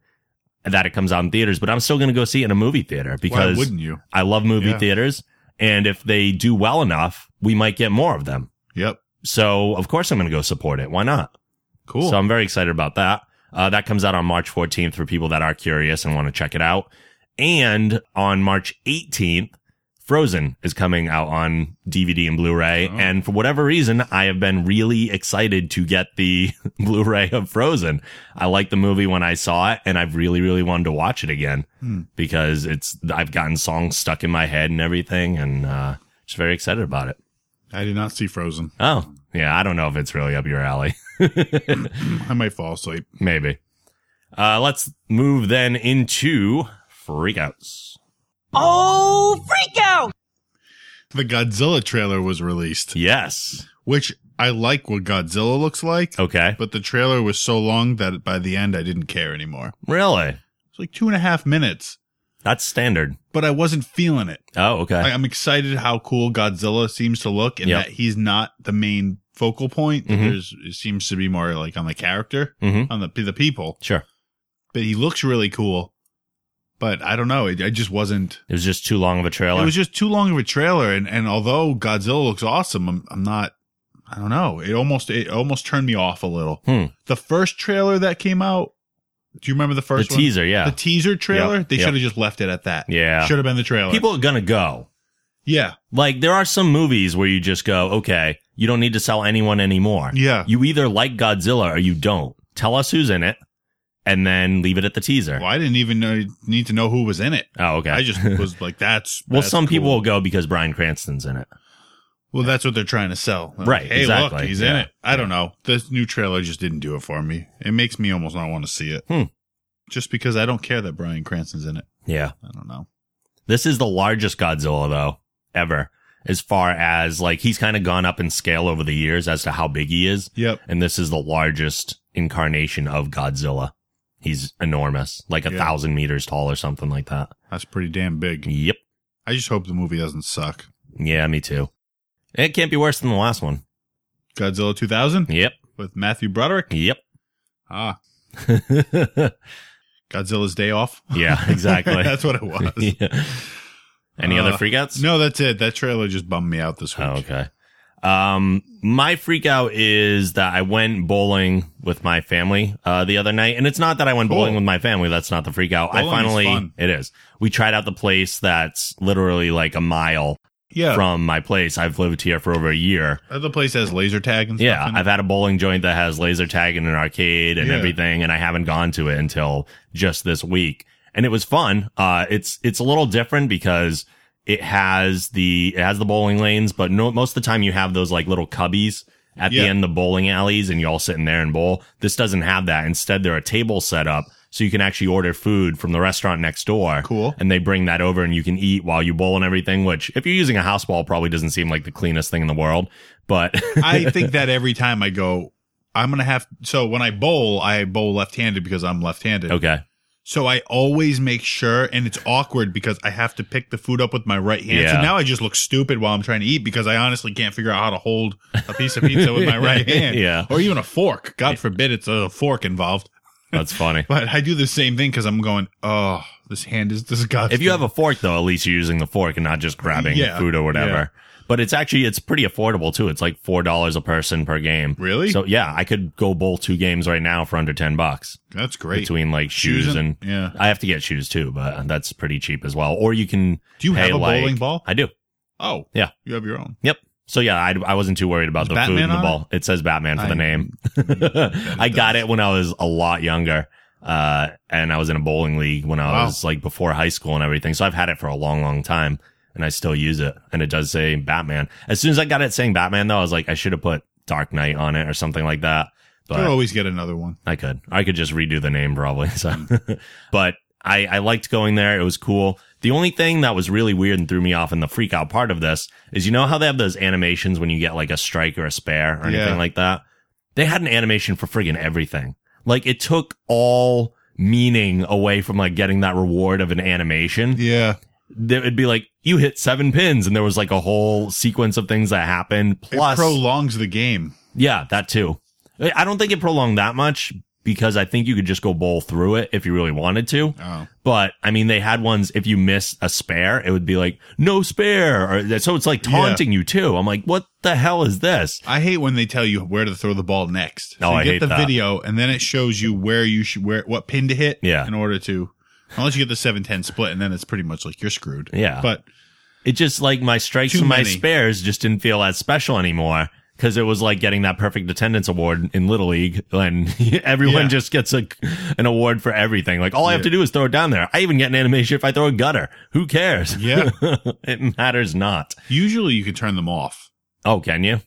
Speaker 3: that it comes out in theaters, but I'm still going to go see it in a movie theater
Speaker 4: Why
Speaker 3: because
Speaker 4: wouldn't you?
Speaker 3: I love movie
Speaker 4: Yeah.
Speaker 3: theaters. And if they do well enough, we might get more of them.
Speaker 4: Yep.
Speaker 3: So of course I'm going to go support it. Why not?
Speaker 4: Cool.
Speaker 3: So I'm very excited about that. Uh, that comes out on March 14th for people that are curious and want to check it out. And on March 18th, Frozen is coming out on DVD and Blu-ray.
Speaker 4: Oh.
Speaker 3: And for whatever reason, I have been really excited to get the Blu-ray of Frozen. I liked the movie when I saw it and I've really, really wanted to watch it again
Speaker 4: Hmm.
Speaker 3: because it's, I've gotten songs stuck in my head and everything. And, uh, just very excited about it.
Speaker 4: I did not see Frozen.
Speaker 3: Oh, yeah. I don't know if it's really up your alley.
Speaker 4: I might fall asleep.
Speaker 3: Maybe. Uh, let's move then into freakouts.
Speaker 2: Oh, freak out!
Speaker 4: the Godzilla trailer was released,
Speaker 3: Yes.
Speaker 4: which I like what Godzilla looks like.
Speaker 3: Okay.
Speaker 4: But the trailer was so long that by the end I didn't care anymore.
Speaker 3: Really?
Speaker 4: It's like two and a half minutes,
Speaker 3: That's standard.
Speaker 4: but I wasn't feeling it.
Speaker 3: Oh, okay.
Speaker 4: I, I'm excited how cool Godzilla seems to look and
Speaker 3: Yep.
Speaker 4: that he's not the main focal point.
Speaker 3: Mhm.
Speaker 4: There's it seems to be more like on the character,
Speaker 3: mm-hmm.
Speaker 4: on the the people.
Speaker 3: Sure.
Speaker 4: But he looks really cool. But I don't know. It, I just wasn't.
Speaker 3: It was just too long of a trailer.
Speaker 4: It was just too long of a trailer, and and although Godzilla looks awesome, I'm I'm not. I don't know. It almost it almost turned me off a little.
Speaker 3: Hmm.
Speaker 4: The first trailer that came out. Do you remember the
Speaker 3: the
Speaker 4: first one?
Speaker 3: teaser, yeah.
Speaker 4: The teaser trailer.
Speaker 3: Yep,
Speaker 4: They
Speaker 3: yep.
Speaker 4: should have just left it at that.
Speaker 3: Yeah.
Speaker 4: Should have been the trailer.
Speaker 3: People are gonna go.
Speaker 4: Yeah.
Speaker 3: Like there are some movies where you just go, okay, you don't need to sell anyone anymore.
Speaker 4: Yeah.
Speaker 3: You either like Godzilla or you don't. Tell us who's in it, and then leave it at the teaser.
Speaker 4: Well, I didn't even know, need to know who was in it.
Speaker 3: Oh, okay.
Speaker 4: I just was like, that's
Speaker 3: well,
Speaker 4: that's
Speaker 3: some people
Speaker 4: cool.
Speaker 3: will go because Brian Cranston's in it.
Speaker 4: Well, that's what they're trying to sell. Like,
Speaker 3: Right,
Speaker 4: Hey,
Speaker 3: exactly.
Speaker 4: look, he's in
Speaker 3: Yeah.
Speaker 4: it. I don't know. This new trailer just didn't do it for me. It makes me almost not want to see it.
Speaker 3: Hmm.
Speaker 4: Just because I don't care that Brian Cranston's in it.
Speaker 3: Yeah.
Speaker 4: I don't know.
Speaker 3: This is the largest Godzilla though ever, as far as like he's kind of gone up in scale over the years as to how big he is.
Speaker 4: Yep.
Speaker 3: and this is the largest incarnation of Godzilla. He's enormous, like a
Speaker 4: Yeah.
Speaker 3: thousand meters tall or something like that.
Speaker 4: That's pretty damn big.
Speaker 3: Yep.
Speaker 4: I just hope the movie doesn't suck.
Speaker 3: Yeah, me too. It can't be worse than the last one.
Speaker 4: Godzilla 2000
Speaker 3: Yep.
Speaker 4: with Matthew Broderick.
Speaker 3: Yep.
Speaker 4: Ah, Godzilla's Day Off.
Speaker 3: yeah, exactly.
Speaker 4: that's what it was.
Speaker 3: Yeah. Any other
Speaker 4: Uh,
Speaker 3: freakouts?
Speaker 4: No, that's it. That trailer just bummed me out this week.
Speaker 3: Oh, okay. Um, my freak out is that I went bowling with my family uh, the other night, and it's not that I went
Speaker 4: Cool.
Speaker 3: bowling with my family. That's not the freak out. I
Speaker 4: Bowling is
Speaker 3: finally,
Speaker 4: fun.
Speaker 3: it is. We tried out the place that's literally like a mile
Speaker 4: Yeah.
Speaker 3: from my place. I've lived here for over a year.
Speaker 4: Other place has laser tag and stuff.
Speaker 3: Yeah,
Speaker 4: in it.
Speaker 3: I've had a bowling joint that has laser tag and an arcade and
Speaker 4: Yeah.
Speaker 3: everything, and I haven't gone to it until just this week. And it was fun. Uh, it's it's a little different because it has the it has the bowling lanes, but no, most of the time you have those like little cubbies at
Speaker 4: Yeah.
Speaker 3: the end of the bowling alleys, and you all sit in there and bowl. This doesn't have that. Instead, there are tables set up so you can actually order food from the restaurant next door.
Speaker 4: Cool.
Speaker 3: And they bring that over and you can eat while you bowl and everything, which if you're using a house ball probably doesn't seem like the cleanest thing in the world, but
Speaker 4: I think that every time I go, I'm gonna have. So when I bowl, I bowl left-handed because I'm left-handed.
Speaker 3: okay.
Speaker 4: So I always make sure, and it's awkward because I have to pick the food up with my right hand.
Speaker 3: Yeah.
Speaker 4: So now I just look stupid while I'm trying to eat because I honestly can't figure out how to hold a piece of pizza with my right hand,
Speaker 3: Yeah.
Speaker 4: or even a fork. God forbid it's a fork involved.
Speaker 3: That's funny.
Speaker 4: But I do the same thing because I'm going, oh, this hand is disgusting.
Speaker 3: if you have a fork though, at least you're using the fork and not just grabbing
Speaker 4: Yeah,
Speaker 3: food or whatever.
Speaker 4: yeah.
Speaker 3: But it's actually it's pretty affordable too. It's like four dollars a person per game.
Speaker 4: Really?
Speaker 3: So yeah, I could go bowl two games right now for under ten bucks
Speaker 4: that's great.
Speaker 3: between like shoes,
Speaker 4: Shoes
Speaker 3: and,
Speaker 4: and- yeah.
Speaker 3: I have to get shoes too, but that's pretty cheap as well. Or you can
Speaker 4: Do you
Speaker 3: pay,
Speaker 4: have a
Speaker 3: like-
Speaker 4: bowling ball?
Speaker 3: I do.
Speaker 4: oh,
Speaker 3: Yeah.
Speaker 4: you have your own.
Speaker 3: Yep. So yeah, I, I wasn't too worried about
Speaker 4: Is
Speaker 3: the
Speaker 4: Batman
Speaker 3: food and the
Speaker 4: on
Speaker 3: ball. It says Batman for the
Speaker 4: I-
Speaker 3: name. I got
Speaker 4: does.
Speaker 3: it when I was a lot younger. Uh, and I was in a bowling league when I
Speaker 4: Wow.
Speaker 3: was like before high school and everything. So I've had it for a long, long time and I still use it. And it does say Batman. As soon as I got it saying Batman though, I was like, I should have put Dark Knight on it or something like that. But
Speaker 4: I always get another one.
Speaker 3: I could. I could just redo the name probably. So, but I, I liked going there. It was cool. The only thing that was really weird and threw me off in the freak out part of this is you know how they have those animations when you get like a strike or a spare or
Speaker 4: Yeah.
Speaker 3: anything like that? They had an animation for friggin' everything. Like it took all meaning away from like getting that reward of an animation.
Speaker 4: Yeah.
Speaker 3: There would be like, you hit seven pins and there was like a whole sequence of things that happened. Plus,
Speaker 4: it prolongs the game.
Speaker 3: yeah, that too. I I don't think it prolonged that much because I think you could just go bowl through it if you really wanted to.
Speaker 4: Oh,
Speaker 3: But I mean, they had ones if you miss a spare, it would be like no spare, or so it's like taunting you too. I'm like, what the hell is this?
Speaker 4: I hate when they tell you where to throw the ball next.
Speaker 3: Oh,
Speaker 4: you
Speaker 3: I
Speaker 4: get
Speaker 3: hate
Speaker 4: the
Speaker 3: that.
Speaker 4: video, and then it shows you where you should where what pin to hit.
Speaker 3: Yeah.
Speaker 4: in order to, unless you get the seven ten split, and then it's pretty much like you're screwed.
Speaker 3: Yeah.
Speaker 4: but
Speaker 3: It just like my strikes
Speaker 4: Too
Speaker 3: and my
Speaker 4: many.
Speaker 3: spares just didn't feel as special anymore because it was like getting that perfect attendance award in little league and everyone
Speaker 4: Yeah.
Speaker 3: just gets a, an award for everything. Like all I have
Speaker 4: Yeah.
Speaker 3: to do is throw it down there. I even get an animation if I throw a gutter. Who cares?
Speaker 4: Yeah.
Speaker 3: it matters not.
Speaker 4: usually you can turn them off.
Speaker 3: Oh, can you?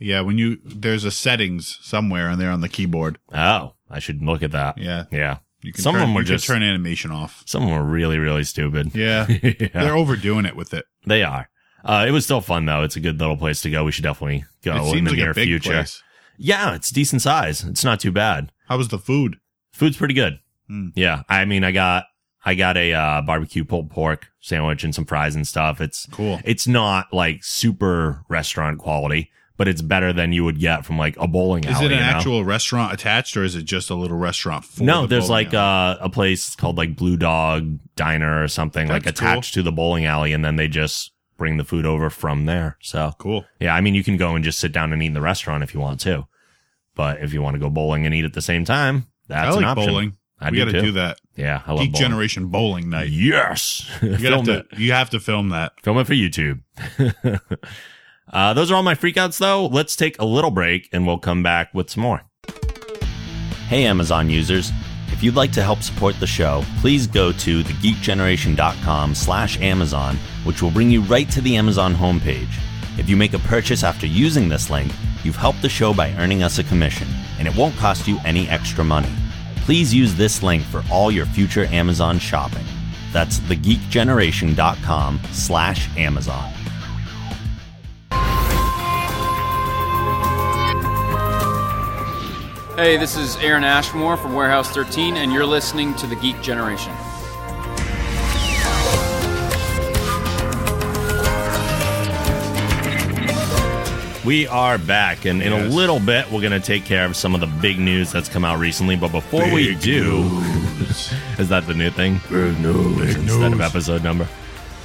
Speaker 4: Yeah, when you there's a settings somewhere in there on the keyboard.
Speaker 3: Oh, I should look at that.
Speaker 4: Yeah,
Speaker 3: Yeah.
Speaker 4: you can
Speaker 3: Some of
Speaker 4: turn,
Speaker 3: them were
Speaker 4: you can
Speaker 3: just-
Speaker 4: turn animation off.
Speaker 3: Some of them are really, really stupid.
Speaker 4: Yeah,
Speaker 3: Yeah.
Speaker 4: they're overdoing it with it.
Speaker 3: They are. Uh, it was still fun though. It's a good little place to go. We should definitely go
Speaker 4: it
Speaker 3: Oh, in
Speaker 4: seems
Speaker 3: the
Speaker 4: like
Speaker 3: near
Speaker 4: a big
Speaker 3: future.
Speaker 4: place.
Speaker 3: Yeah, it's decent size. It's not too bad.
Speaker 4: How was the food?
Speaker 3: Food's pretty good.
Speaker 4: Hmm.
Speaker 3: Yeah, I mean, I got I got a uh, barbecue pulled pork sandwich and some fries and stuff. It's
Speaker 4: Cool.
Speaker 3: It's not like super restaurant quality, but it's better than you would get from like a bowling alley.
Speaker 4: Is it an
Speaker 3: you know?
Speaker 4: actual restaurant attached, or is it just a little restaurant? For
Speaker 3: no,
Speaker 4: the
Speaker 3: there's
Speaker 4: bowling
Speaker 3: like
Speaker 4: alley?
Speaker 3: uh, a place called like Blue Dog Diner or something like
Speaker 4: That's
Speaker 3: attached to the bowling alley, and then they just bring the food over from there. So
Speaker 4: cool.
Speaker 3: yeah, I mean you can go and just sit down and eat in the restaurant if you want to, but if you want to go bowling and eat at the same time, that's
Speaker 4: I like
Speaker 3: an option.
Speaker 4: bowling.
Speaker 3: I
Speaker 4: we
Speaker 3: do
Speaker 4: gotta
Speaker 3: too.
Speaker 4: do that.
Speaker 3: Yeah, I love bowling.
Speaker 4: Geek Generation Bowling Night.
Speaker 3: Yes,
Speaker 4: You,
Speaker 3: film
Speaker 4: gotta
Speaker 3: it.
Speaker 4: have to, you have to film that.
Speaker 3: Film it for YouTube. uh, those are all my freakouts, though. Let's take a little break and we'll come back with some more.
Speaker 7: Hey, Amazon users. If you'd like to help support the show, please go to thegeekgeneration.com slash Amazon, which will bring you right to the Amazon homepage. If you make a purchase after using this link, you've helped the show by earning us a commission, and it won't cost you any extra money. Please use this link for all your future Amazon shopping. That's thegeekgeneration.com slash Amazon.
Speaker 8: Hey, this is Aaron Ashmore from Warehouse 13, and you're listening to The Geek Generation.
Speaker 3: We are back, and in
Speaker 4: Yes.
Speaker 3: a little bit, we're going to take care of some of the big news that's come out recently. But before we
Speaker 4: Big
Speaker 3: do,
Speaker 4: news.
Speaker 3: is that the new thing? instead of
Speaker 4: news.
Speaker 3: episode number.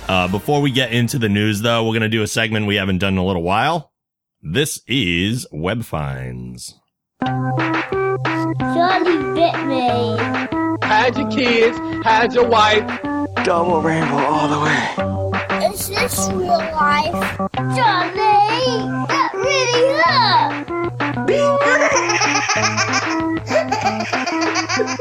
Speaker 3: Uh, before we get into the news, though, we're going to do a segment we haven't done in a little while. This is Web Finds.
Speaker 9: Charlie bit me.
Speaker 5: Hide your kids, hide your wife. Double rainbow all the way.
Speaker 9: Is this real life? Charlie, that really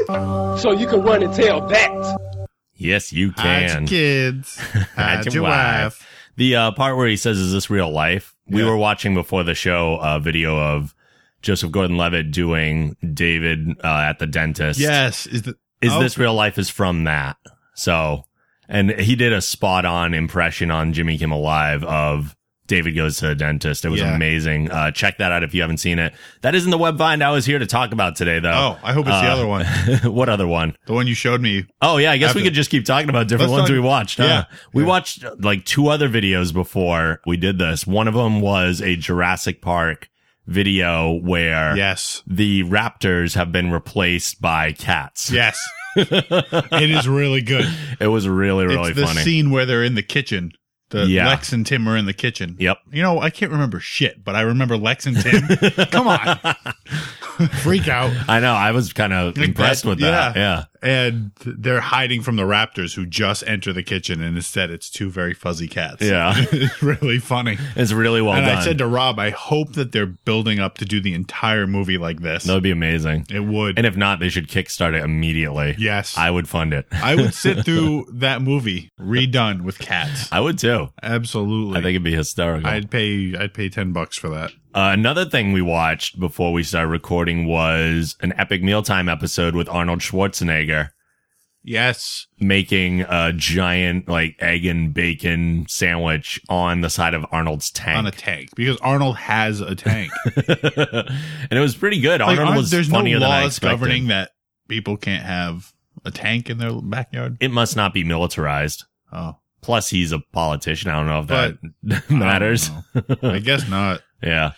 Speaker 9: hurt.
Speaker 5: So you can run and tell that.
Speaker 3: Yes, you
Speaker 4: Hide your
Speaker 3: can.
Speaker 4: kids. Hide your wife.
Speaker 3: The uh, part where he says, "Is this real life?" We
Speaker 4: Yeah.
Speaker 3: were watching before the show a video of Joseph Gordon-Levitt doing David uh, at the dentist.
Speaker 4: Yes. Is the,
Speaker 3: is
Speaker 4: Oh.
Speaker 3: this real life? Is from that. So, and he did a spot-on impression on Jimmy Kimmel Live of David goes to the dentist. It was
Speaker 4: Yeah.
Speaker 3: amazing. Uh, check that out if you haven't seen it. That isn't the web find I was here to talk about today, though.
Speaker 4: Oh, I hope it's the
Speaker 3: Uh,
Speaker 4: other one.
Speaker 3: what other one?
Speaker 4: The one you showed me.
Speaker 3: Oh yeah, I guess we
Speaker 4: After-
Speaker 3: could just keep talking about different
Speaker 4: Let's
Speaker 3: ones
Speaker 4: talk-
Speaker 3: we watched. huh?
Speaker 4: Yeah.
Speaker 3: we
Speaker 4: Yeah.
Speaker 3: watched uh, like two other videos before we did this. One of them was a Jurassic Park video where
Speaker 4: Yes.
Speaker 3: the raptors have been replaced by cats.
Speaker 4: Yes. it is really good.
Speaker 3: it was really really
Speaker 4: it's the
Speaker 3: funny.
Speaker 4: scene where they're in the kitchen. The
Speaker 3: Yeah.
Speaker 4: Lex and Tim are in the kitchen.
Speaker 3: Yep.
Speaker 4: You know, I can't remember shit, but I remember Lex and Tim. Come on. Freak out.
Speaker 3: I know. I was kind of
Speaker 4: Like
Speaker 3: impressed
Speaker 4: that-
Speaker 3: with that. Yeah.
Speaker 4: yeah. And they're hiding from the raptors who just enter the kitchen and instead it's two very fuzzy cats.
Speaker 3: Yeah.
Speaker 4: it's really funny.
Speaker 3: It's really well
Speaker 4: and
Speaker 3: done.
Speaker 4: I said to Rob, I hope that they're building up to do the entire movie like this.
Speaker 3: that would be amazing.
Speaker 4: It would.
Speaker 3: And if not, they should kickstart it immediately.
Speaker 4: yes.
Speaker 3: I would fund it.
Speaker 4: I would sit through that movie redone with cats.
Speaker 3: I would too. I
Speaker 4: Absolutely.
Speaker 3: think it'd be hysterical.
Speaker 4: I'd pay I'd pay 10 bucks for that.
Speaker 3: Uh, another thing we watched before we started recording was an epic mealtime episode with Arnold Schwarzenegger
Speaker 4: Yes.
Speaker 3: making a giant like egg and bacon sandwich on the side of Arnold's tank.
Speaker 4: On a tank because Arnold has a tank.
Speaker 3: and it was pretty good.
Speaker 4: Like,
Speaker 3: Arnold
Speaker 4: aren't-
Speaker 3: was
Speaker 4: there's no
Speaker 3: funnier than I
Speaker 4: laws
Speaker 3: expected.
Speaker 4: governing that people can't have a tank in their backyard.
Speaker 3: It must not be militarized.
Speaker 4: Oh,
Speaker 3: Plus, he's a politician. I don't know if that matters.
Speaker 4: I, don't know. I guess not.
Speaker 3: Yeah.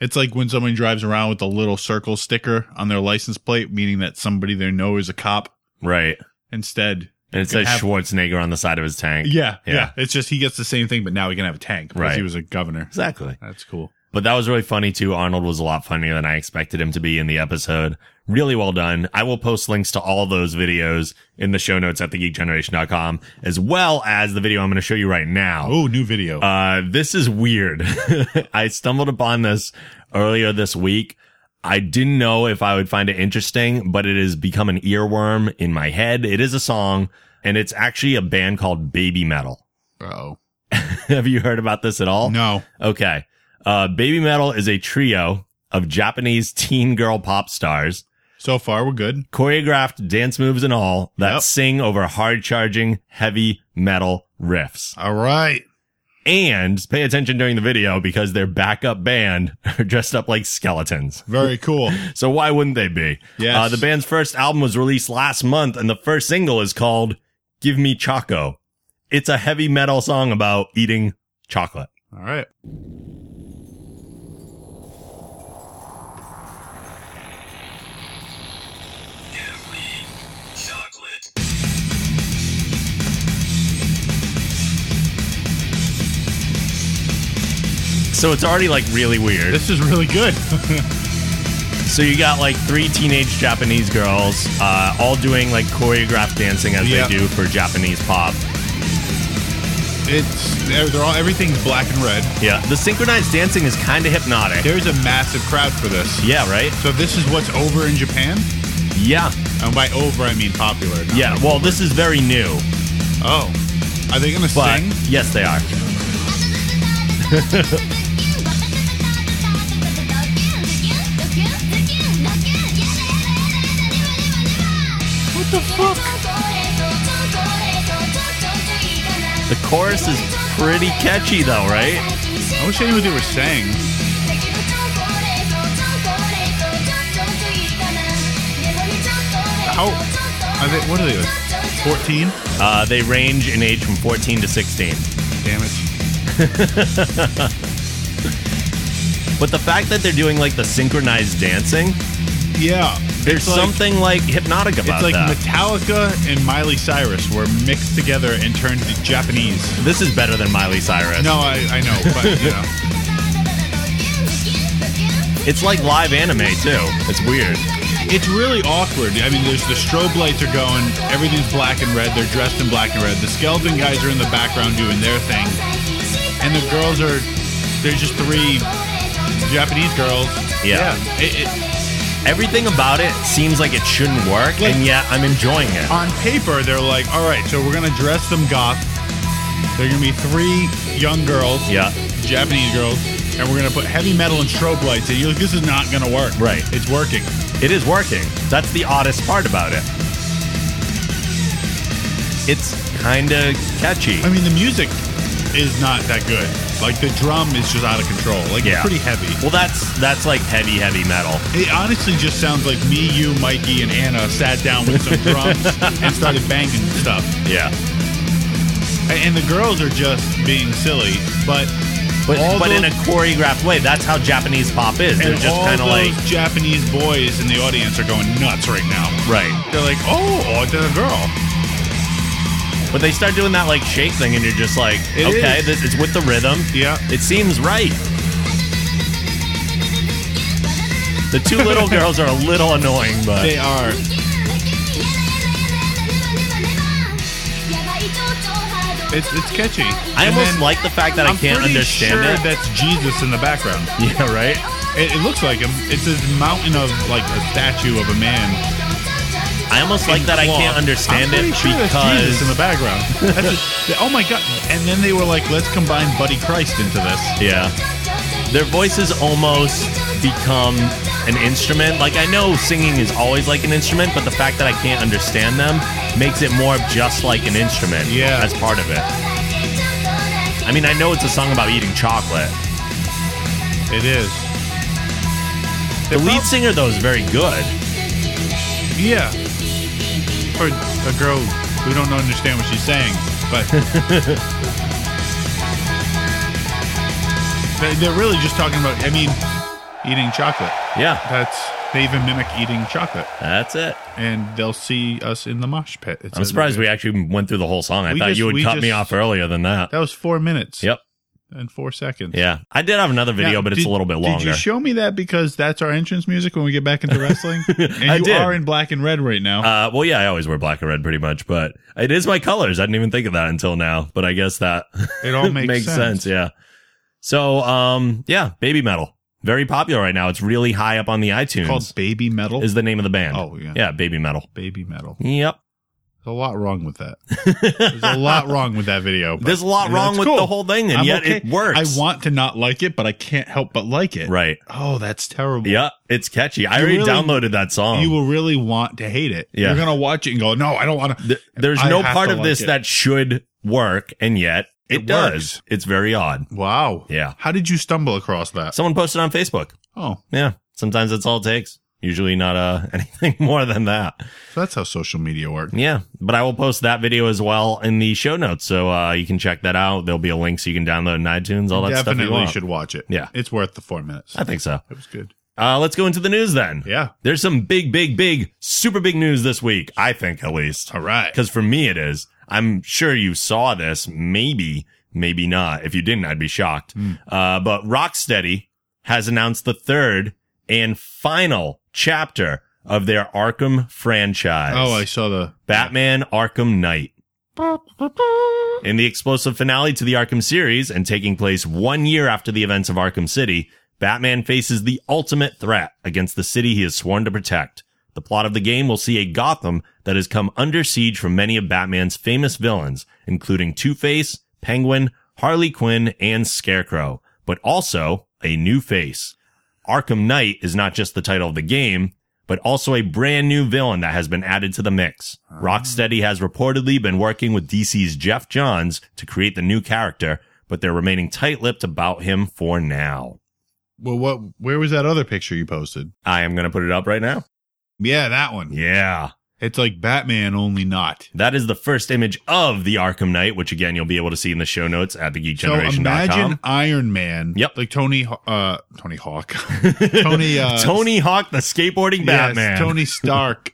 Speaker 4: It's like when someone drives around with a little circle sticker on their license plate, meaning that somebody they know is a cop.
Speaker 3: Right.
Speaker 4: Instead,
Speaker 3: And it
Speaker 4: you can
Speaker 3: says
Speaker 4: have-
Speaker 3: Schwarzenegger on the side of his tank.
Speaker 4: Yeah,
Speaker 3: Yeah.
Speaker 4: yeah, It's just he gets the same thing, but now he can have a tank because
Speaker 3: Right.
Speaker 4: he was a governor.
Speaker 3: Exactly.
Speaker 4: That's cool.
Speaker 3: But that was really funny too. Arnold was a lot funnier than I expected him to be in the episode. Really well done. I will post links to all those videos in the show notes at thegeekgeneration.com as well as the video I'm going to show you right now.
Speaker 4: Oh, new video.
Speaker 3: Uh, this is weird. I stumbled upon this earlier this week. I didn't know if I would find it interesting, but it has become an earworm in my head. It is a song and it's actually a band called Baby Metal.
Speaker 4: oh,
Speaker 3: Have you heard about this at all?
Speaker 4: no.
Speaker 3: Okay. Uh, Baby Metal is a trio of Japanese teen girl pop stars,
Speaker 4: So far, we're good.
Speaker 3: choreographed dance moves and all, that
Speaker 4: Yep.
Speaker 3: sing over hard charging heavy metal riffs.
Speaker 4: All right.
Speaker 3: And pay attention during the video because their backup band are dressed up like skeletons.
Speaker 4: Very cool.
Speaker 3: So why wouldn't they be?
Speaker 4: Yes.
Speaker 3: Uh, the band's first album was released last month, and the first single is called "Give Me Choco." It's a heavy metal song about eating chocolate.
Speaker 4: All right.
Speaker 3: So it's already like really weird.
Speaker 4: This is really good.
Speaker 3: So you got like three teenage Japanese girls, uh, all doing like choreographed dancing as
Speaker 4: Yeah.
Speaker 3: they do for Japanese pop.
Speaker 4: It's they're, they're all everything's black and red.
Speaker 3: Yeah, the synchronized dancing is kind of hypnotic.
Speaker 4: There's a massive crowd for this.
Speaker 3: Yeah, right.
Speaker 4: So this is what's over in Japan,
Speaker 3: Yeah,
Speaker 4: and by over I mean popular. not
Speaker 3: yeah.
Speaker 4: like-
Speaker 3: Well, this is very new,
Speaker 4: oh, are they gonna
Speaker 3: but
Speaker 4: sing?
Speaker 3: yes, they are.
Speaker 9: What the fuck?
Speaker 3: The chorus is pretty catchy though, right?
Speaker 4: I wish I knew what they were saying. How are they? What are they? Fourteen?
Speaker 3: Uh, they range in age from 14 to 16.
Speaker 4: Damn it!
Speaker 3: But the fact that they're doing like the synchronized dancing,
Speaker 4: Yeah,
Speaker 3: there's
Speaker 4: it's like-
Speaker 3: something like hypnotic about
Speaker 4: It's like
Speaker 3: that.
Speaker 4: Metallica and Miley Cyrus were mixed together and turned to Japanese.
Speaker 3: this is better than Miley Cyrus.
Speaker 4: No, I, I know, but you know.
Speaker 3: It's like live anime too. It's weird.
Speaker 4: It's really awkward. I mean, there's the strobe lights are going. Everything's black and red. They're dressed in black and red. The skeleton guys are in the background doing their thing, and the girls are. There's just three Japanese girls.
Speaker 3: Yeah.
Speaker 4: It, it,
Speaker 3: Everything about it seems like it shouldn't work,
Speaker 4: Like-
Speaker 3: and yet I'm enjoying it.
Speaker 4: on paper, they're like, all right, so we're gonna dress them goth. They're gonna be three young girls,
Speaker 3: Yeah.
Speaker 4: Japanese girls, and we're gonna put heavy metal and strobe lights. And you're like, this is not gonna work.
Speaker 3: Right.
Speaker 4: It's working.
Speaker 3: It is working. That's the oddest part about it. It's kinda catchy.
Speaker 4: I mean, the music is not that good. Like the drum is just out of control. Like
Speaker 3: Yeah.
Speaker 4: it's pretty heavy.
Speaker 3: Well, that's that's like heavy, heavy metal.
Speaker 4: It honestly just sounds like me, you, Mikey, and Anna sat down with some drums and started banging stuff.
Speaker 3: Yeah,
Speaker 4: A- And the girls are just being silly, but
Speaker 3: but
Speaker 4: all
Speaker 3: but in a
Speaker 4: those-
Speaker 3: choreographed way. That's how Japanese pop is. They're
Speaker 4: and
Speaker 3: just
Speaker 4: all
Speaker 3: kind of like
Speaker 4: those Japanese boys in the audience are going nuts right now.
Speaker 3: right.
Speaker 4: They're like, oh, oh, it's a girl.
Speaker 3: But they start doing that like shake thing, and you're just like,
Speaker 4: It
Speaker 3: okay,
Speaker 4: is.
Speaker 3: this is with the rhythm.
Speaker 4: Yeah.
Speaker 3: It seems right. The two little girls are a little annoying, but
Speaker 4: They are. It's it's catchy.
Speaker 3: I
Speaker 4: And
Speaker 3: almost
Speaker 4: then
Speaker 3: like the fact that I
Speaker 4: I'm
Speaker 3: can't
Speaker 4: pretty
Speaker 3: understand
Speaker 4: sure
Speaker 3: it.
Speaker 4: That's Jesus in the background.
Speaker 3: yeah, right.
Speaker 4: It, it looks like him. It's this mountain of like a statue of a man.
Speaker 3: I almost like that I can't understand
Speaker 4: I'm
Speaker 3: it
Speaker 4: pretty sure that's Jesus
Speaker 3: because
Speaker 4: in the background. That's a- oh my god! And then they were like, "Let's combine Buddy Christ into this."
Speaker 3: yeah, their voices almost become an instrument. Like I know singing is always like an instrument, but the fact that I can't understand them makes it more just like an instrument.
Speaker 4: Yeah.
Speaker 3: as part of it. I mean, I know it's a song about eating chocolate.
Speaker 4: It is.
Speaker 3: The lead singer though is very good.
Speaker 4: Yeah. For a girl, we don't understand what she's saying, but. They- They're really just talking about, I mean, eating chocolate.
Speaker 3: Yeah,
Speaker 4: That's, they even mimic eating chocolate.
Speaker 3: that's it.
Speaker 4: And they'll see us in the mosh pit. It
Speaker 3: I'm
Speaker 4: says-
Speaker 3: surprised we actually went through the whole song. I
Speaker 4: We
Speaker 3: thought
Speaker 4: just-
Speaker 3: you would
Speaker 4: we
Speaker 3: cut me
Speaker 4: just-
Speaker 3: off earlier than that.
Speaker 4: That was four minutes
Speaker 3: Yep.
Speaker 4: and four seconds.
Speaker 3: Yeah, I did have another video,
Speaker 4: Now,
Speaker 3: but it's
Speaker 4: did-
Speaker 3: a little bit
Speaker 4: Did you
Speaker 3: longer.
Speaker 4: show me that because that's our entrance music when we get back into wrestling? and
Speaker 3: I
Speaker 4: you
Speaker 3: did.
Speaker 4: are in black and red right now.
Speaker 3: uh, well, yeah, I always wear black and red pretty much, but it is my colors. I didn't even think of that until now, but I guess that
Speaker 4: It all makes sense.
Speaker 3: Yeah. So, um, yeah, baby metal, very popular right now. It's really high up on the iTunes.
Speaker 4: called Baby Metal.
Speaker 3: is the name of the band?
Speaker 4: Oh, yeah.
Speaker 3: yeah, baby metal.
Speaker 4: Baby Metal.
Speaker 3: Yep.
Speaker 4: There's a lot wrong with that. There's a lot wrong with that video. but-
Speaker 3: There's a lot
Speaker 4: Yeah,
Speaker 3: wrong
Speaker 4: it's
Speaker 3: with
Speaker 4: cool.
Speaker 3: the whole thing, and
Speaker 4: I'm
Speaker 3: yet
Speaker 4: okay.
Speaker 3: it works.
Speaker 4: I want to not like it, but I can't help but like it.
Speaker 3: right.
Speaker 4: Oh, that's terrible.
Speaker 3: Yeah, it's catchy. I
Speaker 4: You
Speaker 3: already
Speaker 4: really-
Speaker 3: downloaded that song.
Speaker 4: You will really want to hate it.
Speaker 3: Yeah.
Speaker 4: You're gonna watch it and go, no, I don't want to.
Speaker 3: Th- there's
Speaker 4: I
Speaker 3: no
Speaker 4: have
Speaker 3: part
Speaker 4: to
Speaker 3: of
Speaker 4: like
Speaker 3: this
Speaker 4: it.
Speaker 3: that should work, and yet It,
Speaker 4: It
Speaker 3: does.
Speaker 4: works.
Speaker 3: It's very odd.
Speaker 4: Wow.
Speaker 3: Yeah.
Speaker 4: How did you stumble across that?
Speaker 3: Someone posted on Facebook.
Speaker 4: Oh,
Speaker 3: Yeah. Sometimes that's all it takes. Usually not uh, anything more than that.
Speaker 4: so that's how social media works.
Speaker 3: Yeah. But I will post that video as well in the show notes. So uh, you can check that out. There'll be a link so you can download in iTunes, all that stuff. you
Speaker 4: Definitely
Speaker 3: want.
Speaker 4: should watch it.
Speaker 3: Yeah.
Speaker 4: It's worth the four minutes.
Speaker 3: I think so.
Speaker 4: It was good.
Speaker 3: Uh, let's go into the news then.
Speaker 4: Yeah.
Speaker 3: There's some big, big, big, super big news this week. I think at least.
Speaker 4: All right.
Speaker 3: Because for me, it is. I'm sure you saw this. Maybe, maybe not. If you didn't, I'd be shocked.
Speaker 4: Hmm.
Speaker 3: Uh, but Rocksteady has announced the third and final chapter of their Arkham franchise.
Speaker 4: Oh, I saw the.
Speaker 3: Batman Arkham Knight. In the explosive finale to the Arkham series and taking place one year after the events of Arkham City, Batman faces the ultimate threat against the city he is sworn to protect. The plot of the game will see a Gotham that has come under siege from many of Batman's famous villains, including Two-Face, Penguin, Harley Quinn, and Scarecrow, but also a new face. Arkham Knight is not just the title of the game, but also a brand new villain that has been added to the mix.
Speaker 4: Ah.
Speaker 3: Rocksteady has reportedly been working with DC's Jeff Johns to create the new character, but they're remaining tight-lipped about him for now.
Speaker 4: Well, what? Where was that other picture you posted?
Speaker 3: I am going to put it up right now.
Speaker 4: Yeah, that one.
Speaker 3: Yeah.
Speaker 4: It's like Batman, only not.
Speaker 3: That is the first image of the Arkham Knight, which again you'll be able to see in the show notes at
Speaker 4: So
Speaker 3: thegeekgeneration.com.
Speaker 4: imagine Iron Man.
Speaker 3: Yep.
Speaker 4: Like Tony, Haw- uh, Tony Hawk. Tony, uh,
Speaker 3: Tony Hawk, the skateboarding
Speaker 4: yes,
Speaker 3: Batman.
Speaker 4: Tony Stark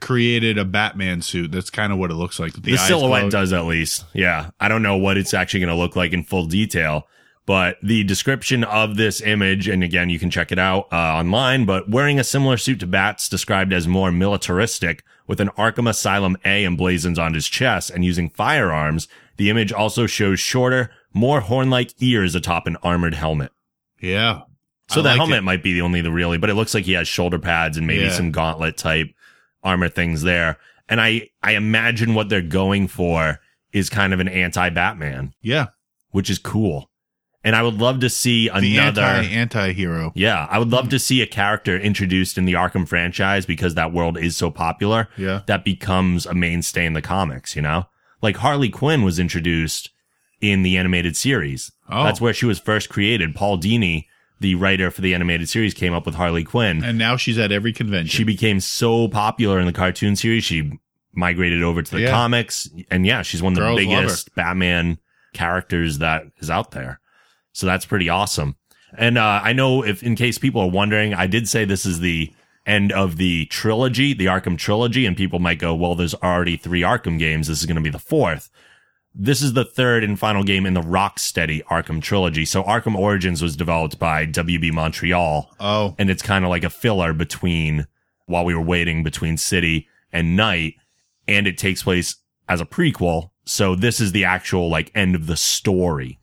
Speaker 4: created a Batman suit. That's kind of what it looks like.
Speaker 3: the
Speaker 4: eyes
Speaker 3: silhouette
Speaker 4: glow-
Speaker 3: does at least. Yeah. I don't know what it's actually going to look like in full detail, but the description of this image, and again, you can check it out uh, online, but wearing a similar suit to Bats described as more militaristic with an Arkham Asylum A emblazoned on his chest and using firearms. The image also shows shorter, more horn-like ears atop an armored helmet.
Speaker 4: Yeah.
Speaker 3: So
Speaker 4: I
Speaker 3: the
Speaker 4: like
Speaker 3: helmet
Speaker 4: it.
Speaker 3: might be the only the really, but it looks like he has shoulder pads and maybe
Speaker 4: Yeah.
Speaker 3: some gauntlet type armor things there. And I I imagine what they're going for is kind of an anti Batman,
Speaker 4: Yeah.
Speaker 3: which is cool. And I would love to see
Speaker 4: The
Speaker 3: another
Speaker 4: anti Mm-hmm. anti hero.
Speaker 3: yeah, I would love to see a character introduced in the Arkham franchise because that world is so popular.
Speaker 4: Yeah.
Speaker 3: That becomes a mainstay in the comics, you know? Like Harley Quinn was introduced in the animated series.
Speaker 4: Oh.
Speaker 3: That's where she was first created. Paul Dini, the writer for the animated series, came up with Harley Quinn.
Speaker 4: And now she's at every convention.
Speaker 3: she became so popular in the cartoon series, she migrated over to the
Speaker 4: Yeah.
Speaker 3: comics. And yeah, she's one of the
Speaker 4: Girls love her.
Speaker 3: biggest Batman characters that is out there. So that's pretty awesome. And uh, I know if, in case people are wondering, I did say this is the end of the trilogy, the Arkham trilogy, and people might go, well, there's already three Arkham games. This is going to be the fourth. This is the third and final game in the Rocksteady Arkham trilogy. So Arkham Origins was developed by WB Montreal
Speaker 4: oh.
Speaker 3: and it's kind of like a filler between while we were waiting between city and night and it takes place as a prequel so this is the actual like end of the story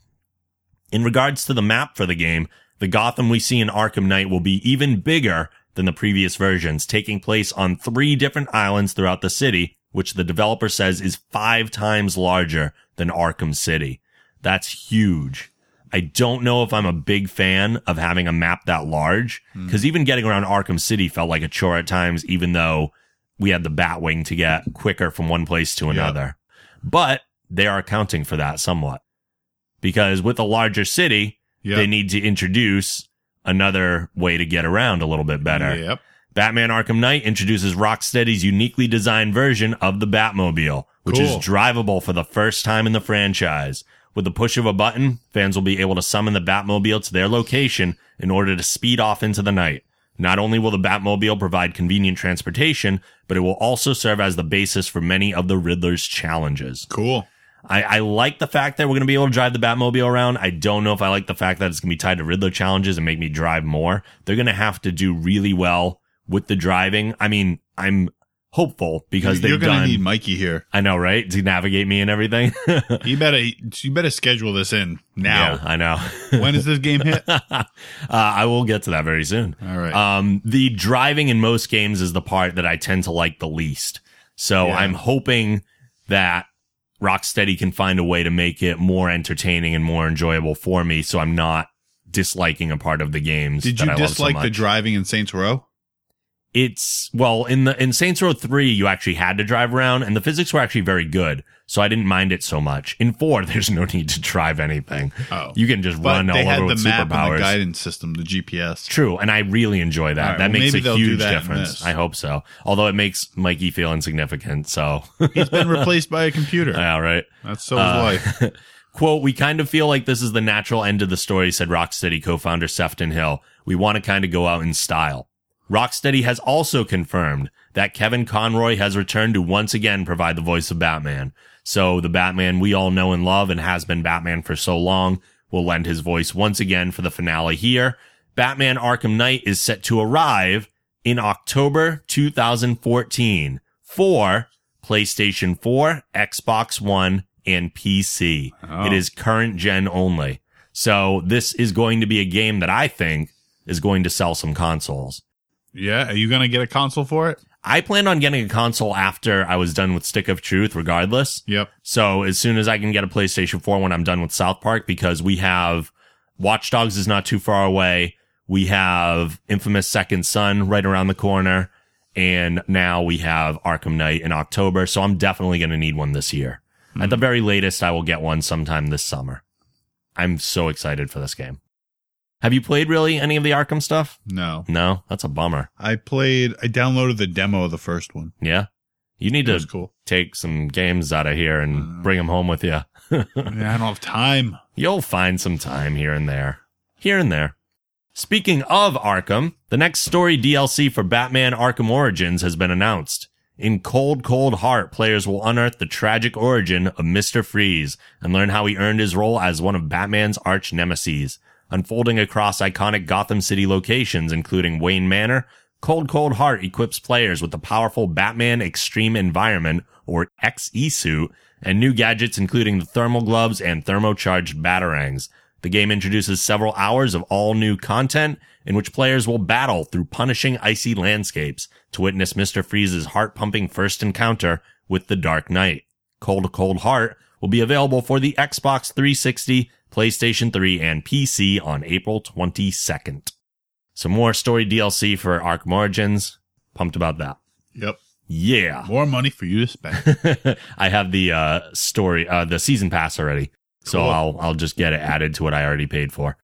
Speaker 3: in regards to the map for the game the gotham we see in arkham knight will be even bigger than the previous versions taking place on three different islands throughout the city which the developer says is five times larger than arkham city that's huge I don't know if I'm a big fan of having a map that large because even getting around Arkham City felt like a chore at times, even though we had the Batwing to get quicker from one place to another. But they are accounting for that somewhat because with a larger city,
Speaker 4: Yeah.
Speaker 3: they need to introduce another way to get around a little bit better.
Speaker 4: Yep.
Speaker 3: Batman Arkham Knight introduces Rocksteady's uniquely designed version of the Batmobile, which
Speaker 4: Cool.
Speaker 3: is drivable for the first time in the franchise. With the push of a button, fans will be able to summon the Batmobile to their location in order to speed off into the night. Not only will the Batmobile provide convenient transportation, but it will also serve as the basis for many of the Riddler's challenges.
Speaker 4: Cool.
Speaker 3: I, I like the fact that we're going to be able to drive the Batmobile around. I don't know if I like the fact that it's going to be tied to Riddler challenges and make me drive more. They're going to have to do really well with the driving. I mean, I'm hopeful because
Speaker 4: You're
Speaker 3: they've
Speaker 4: gonna
Speaker 3: done.
Speaker 4: need Mikey here.
Speaker 3: I know, right? To navigate me and everything.
Speaker 4: You better you better schedule this in
Speaker 3: yeah,
Speaker 4: now.
Speaker 3: I know.
Speaker 4: When does this game hit?
Speaker 3: uh, I will get to that very soon.
Speaker 4: All right.
Speaker 3: Um, the driving in most games is the part that I tend to like the least. So
Speaker 4: Yeah.
Speaker 3: I'm hoping that Rocksteady can find a way to make it more entertaining and more enjoyable for me. So I'm not disliking a part of the games.
Speaker 4: Did
Speaker 3: that
Speaker 4: you
Speaker 3: I love so
Speaker 4: dislike the
Speaker 3: much.
Speaker 4: driving in Saints Row?
Speaker 3: it's well in the in Saints Row 3 you actually had to drive around and the physics were actually very good. So I didn't mind it so much. In 4 there's no need to drive anything.
Speaker 4: Oh.
Speaker 3: You can just
Speaker 4: But
Speaker 3: run all
Speaker 4: they had
Speaker 3: over
Speaker 4: the
Speaker 3: with
Speaker 4: map and
Speaker 3: superpowers.
Speaker 4: the guidance system, the GPS.
Speaker 3: True, and I really enjoy that.
Speaker 4: All right,
Speaker 3: that
Speaker 4: well,
Speaker 3: makes a
Speaker 4: maybe they'll do
Speaker 3: huge
Speaker 4: that in
Speaker 3: difference.
Speaker 4: this.
Speaker 3: I hope so. Although it makes Mikey feel insignificant, so
Speaker 4: He's been replaced by a computer.
Speaker 3: all right.
Speaker 4: That's so is
Speaker 3: Uh,
Speaker 4: life.
Speaker 3: Quote, we kind of feel like this is the natural end of the story, said Rocksteady co-founder Sefton Hill. We want to kind of go out in style. Rocksteady has also confirmed that Kevin Conroy has returned to once again provide the voice of Batman. So the Batman we all know and love and has been Batman for so long will lend his voice once again for the finale here. Batman Arkham Knight is set to arrive in October 2014 for PlayStation 4, Xbox One, and PC. It is current gen only. So this is going to be a game that I think is going to sell some consoles.
Speaker 4: yeah. Are you going to get a console for it?
Speaker 3: I planned on getting a console after I was done with Stick of Truth regardless.
Speaker 4: Yep.
Speaker 3: So as soon as I can get a PlayStation 4 when I'm done with South Park, because we have Watch Dogs is not too far away. We have Infamous Second Son right around the corner. And now we have Arkham Knight in October. So I'm definitely going to need one this year. At the very latest, I will get one sometime this summer. I'm so excited for this game. Have you played really any of the Arkham stuff?
Speaker 4: No.
Speaker 3: No, that's a bummer.
Speaker 4: I played, I downloaded the demo of the first one.
Speaker 3: Yeah. You need
Speaker 4: It was
Speaker 3: to
Speaker 4: cool.
Speaker 3: take some games out of here and bring them home with you.
Speaker 4: Yeah, I don't have time.
Speaker 3: You'll find some time here and there. Here and there. Speaking of Arkham, the next story DLC for Batman Arkham Origins has been announced. In Cold Cold Heart, players will unearth the tragic origin of Mr. Freeze and learn how he earned his role as one of Batman's arch nemesis. Unfolding across iconic Gotham City locations, including Wayne Manor, Cold Cold Heart equips players with the powerful Batman Extreme Environment, or XE suit, and new gadgets including the thermal gloves and thermocharged batarangs. The game introduces several hours of all new content in which players will battle through punishing icy landscapes to witness Mr. Freeze's heart pumping first encounter with the Dark Knight. Cold Cold Heart will be available for the Xbox 360, PlayStation 3, and PC on April 22nd. Some more story DLC for Arkham Origins. Pumped about that.
Speaker 4: Yep.
Speaker 3: Yeah.
Speaker 4: More money for you to spend.
Speaker 3: I have the uh story uh the season pass already. So
Speaker 4: Cool.
Speaker 3: I'll I'll just get it added to what I already paid for.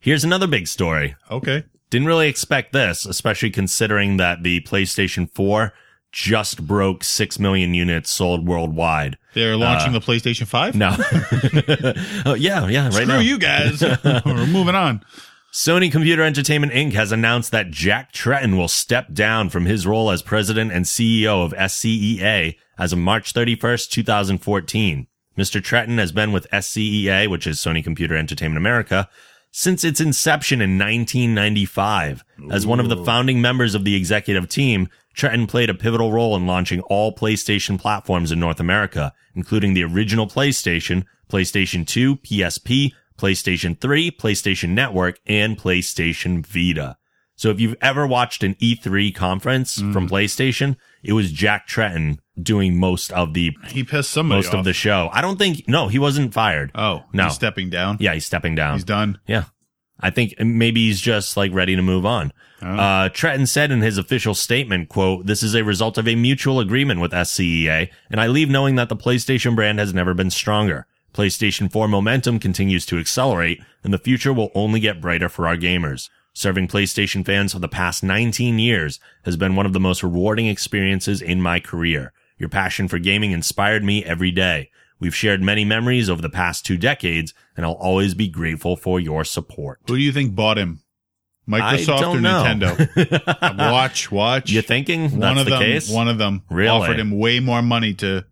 Speaker 3: Here's another big story.
Speaker 4: okay.
Speaker 3: Didn't really expect this, especially considering that the PlayStation 4 just broke 6 million units sold worldwide.
Speaker 4: They're launching the PlayStation 5?
Speaker 3: Uh, No. oh, yeah, yeah, right
Speaker 4: Screw
Speaker 3: now.
Speaker 4: you guys. We're moving on.
Speaker 3: Sony Computer Entertainment Inc. has announced that Jack Tretton will step down from his role as president and CEO of SCEA as of March 31st, 2014. Mr. Tretton has been with SCEA, which is Sony Computer Entertainment America, since its inception in 1995. As one of the founding members of the executive team, Tretton played a pivotal role in launching all PlayStation platforms in North America, including the original PlayStation, PlayStation 2, PSP, PlayStation 3, PlayStation Network, and PlayStation Vita. So if you've ever watched an E3 conference
Speaker 4: Mm-hmm.
Speaker 3: from PlayStation, it was Jack Tretton doing most of the
Speaker 4: He pissed somebody
Speaker 3: most of
Speaker 4: off.
Speaker 3: the show. I don't think no, he wasn't fired.
Speaker 4: Oh,
Speaker 3: No.
Speaker 4: He's stepping down.
Speaker 3: yeah, he's stepping down.
Speaker 4: He's done.
Speaker 3: Yeah. I think maybe he's just like ready to move on. Uh, Tretton said in his official statement, quote, this is a result of a mutual agreement with SCEA, and I leave knowing that the PlayStation brand has never been stronger. PlayStation 4 momentum continues to accelerate, and the future will only get brighter for our gamers. Serving PlayStation fans for the past 19 years has been one of the most rewarding experiences in my career. Your passion for gaming inspired me every day. We've shared many memories over the past two decades, and I'll always be grateful for your support.
Speaker 4: Who do you think bought him? Microsoft
Speaker 3: don't
Speaker 4: or
Speaker 3: know.
Speaker 4: Nintendo? watch, watch.
Speaker 3: You're thinking
Speaker 4: one
Speaker 3: that's
Speaker 4: of
Speaker 3: the
Speaker 4: them,
Speaker 3: case?
Speaker 4: One of them
Speaker 3: Really?
Speaker 4: offered him way more money to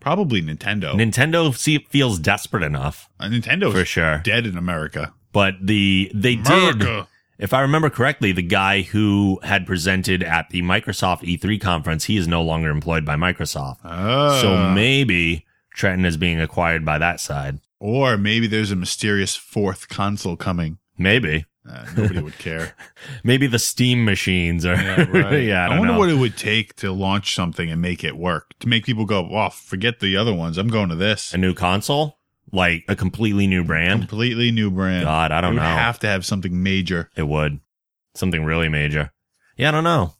Speaker 4: probably Nintendo.
Speaker 3: Nintendo see, feels desperate enough,
Speaker 4: Uh, Nintendo's
Speaker 3: For sure.
Speaker 4: dead in America.
Speaker 3: but the they did.
Speaker 4: America.
Speaker 3: If I remember correctly, the guy who had presented at the Microsoft E3 conference, he is no longer employed by Microsoft.
Speaker 4: Ah.
Speaker 3: so maybe Trenton is being acquired by that side.
Speaker 4: or maybe there's a mysterious fourth console coming.
Speaker 3: Maybe.
Speaker 4: Uh, nobody would care.
Speaker 3: Maybe the Steam machines are. Yeah, I,
Speaker 4: I,
Speaker 3: don't
Speaker 4: wonder
Speaker 3: know.
Speaker 4: what it would take to launch something and make it work. To make people go, "Oh, forget the other ones. I'm going to this."
Speaker 3: a new console, like a completely new brand.
Speaker 4: completely new brand.
Speaker 3: God, I don't
Speaker 4: It would
Speaker 3: know.
Speaker 4: Have to have something major.
Speaker 3: It would. Something really major. Yeah, I don't know.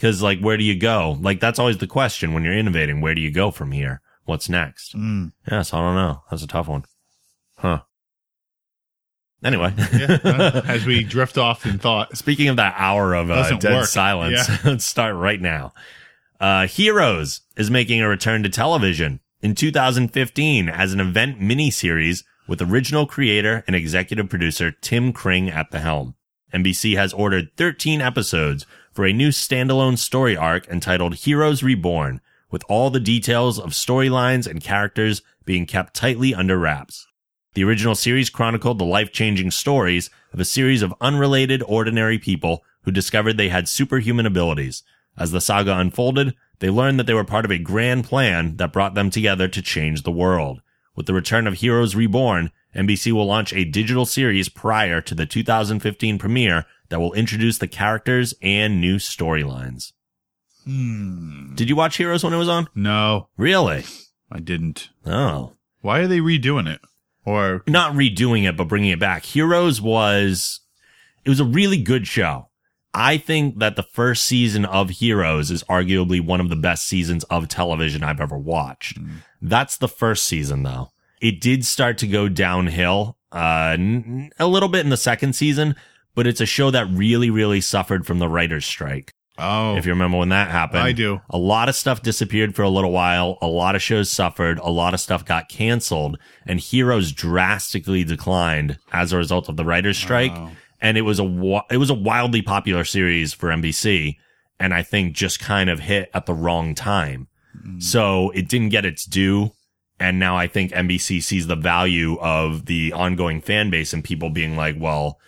Speaker 3: Cause like, where do you go? Like, that's always the question when you're innovating. Where do you go from here? What's next?
Speaker 4: Mm.
Speaker 3: Yes, I don't know. That's a tough one. Huh. Anyway.
Speaker 4: Yeah, uh, as we drift off in thought.
Speaker 3: Speaking of that hour of uh,
Speaker 4: Doesn't
Speaker 3: dead
Speaker 4: work.
Speaker 3: silence, let's start right now. Uh, Heroes is making a return to television in 2015 as an event miniseries with original creator and executive producer Tim Kring at the helm. NBC has ordered 13 episodes for a new standalone story arc entitled Heroes Reborn, with all the details of storylines and characters being kept tightly under wraps. The original series chronicled the life changing stories of a series of unrelated, ordinary people who discovered they had superhuman abilities. As the saga unfolded, they learned that they were part of a grand plan that brought them together to change the world. With the return of Heroes Reborn, NBC will launch a digital series prior to the 2015 premiere that will introduce the characters and new storylines. Did you watch Heroes when it was on?
Speaker 4: No,
Speaker 3: Really?
Speaker 4: I didn't.
Speaker 3: Oh.
Speaker 4: Why are they redoing it? Or
Speaker 3: not redoing it, but bringing it back. Heroes was, it was a really good show. I think that the first season of Heroes is arguably one of the best seasons of television I've ever watched. That's the first season though. It did start to go downhill, uh, n- a little bit in the second season, but it's a show that really, really suffered from the writer's strike.
Speaker 4: oh,
Speaker 3: If you remember when that happened,
Speaker 4: I do.
Speaker 3: A lot of stuff disappeared for a little while. A lot of shows suffered. A lot of stuff got canceled, and Heroes drastically declined as a result of the writers' strike.
Speaker 4: Oh.
Speaker 3: And it was a wa- it was a wildly popular series for NBC, and I think just kind of hit at the wrong time.
Speaker 4: Hmm.
Speaker 3: So it didn't get its due. And now I think NBC sees the value of the ongoing fan base and people being like, well,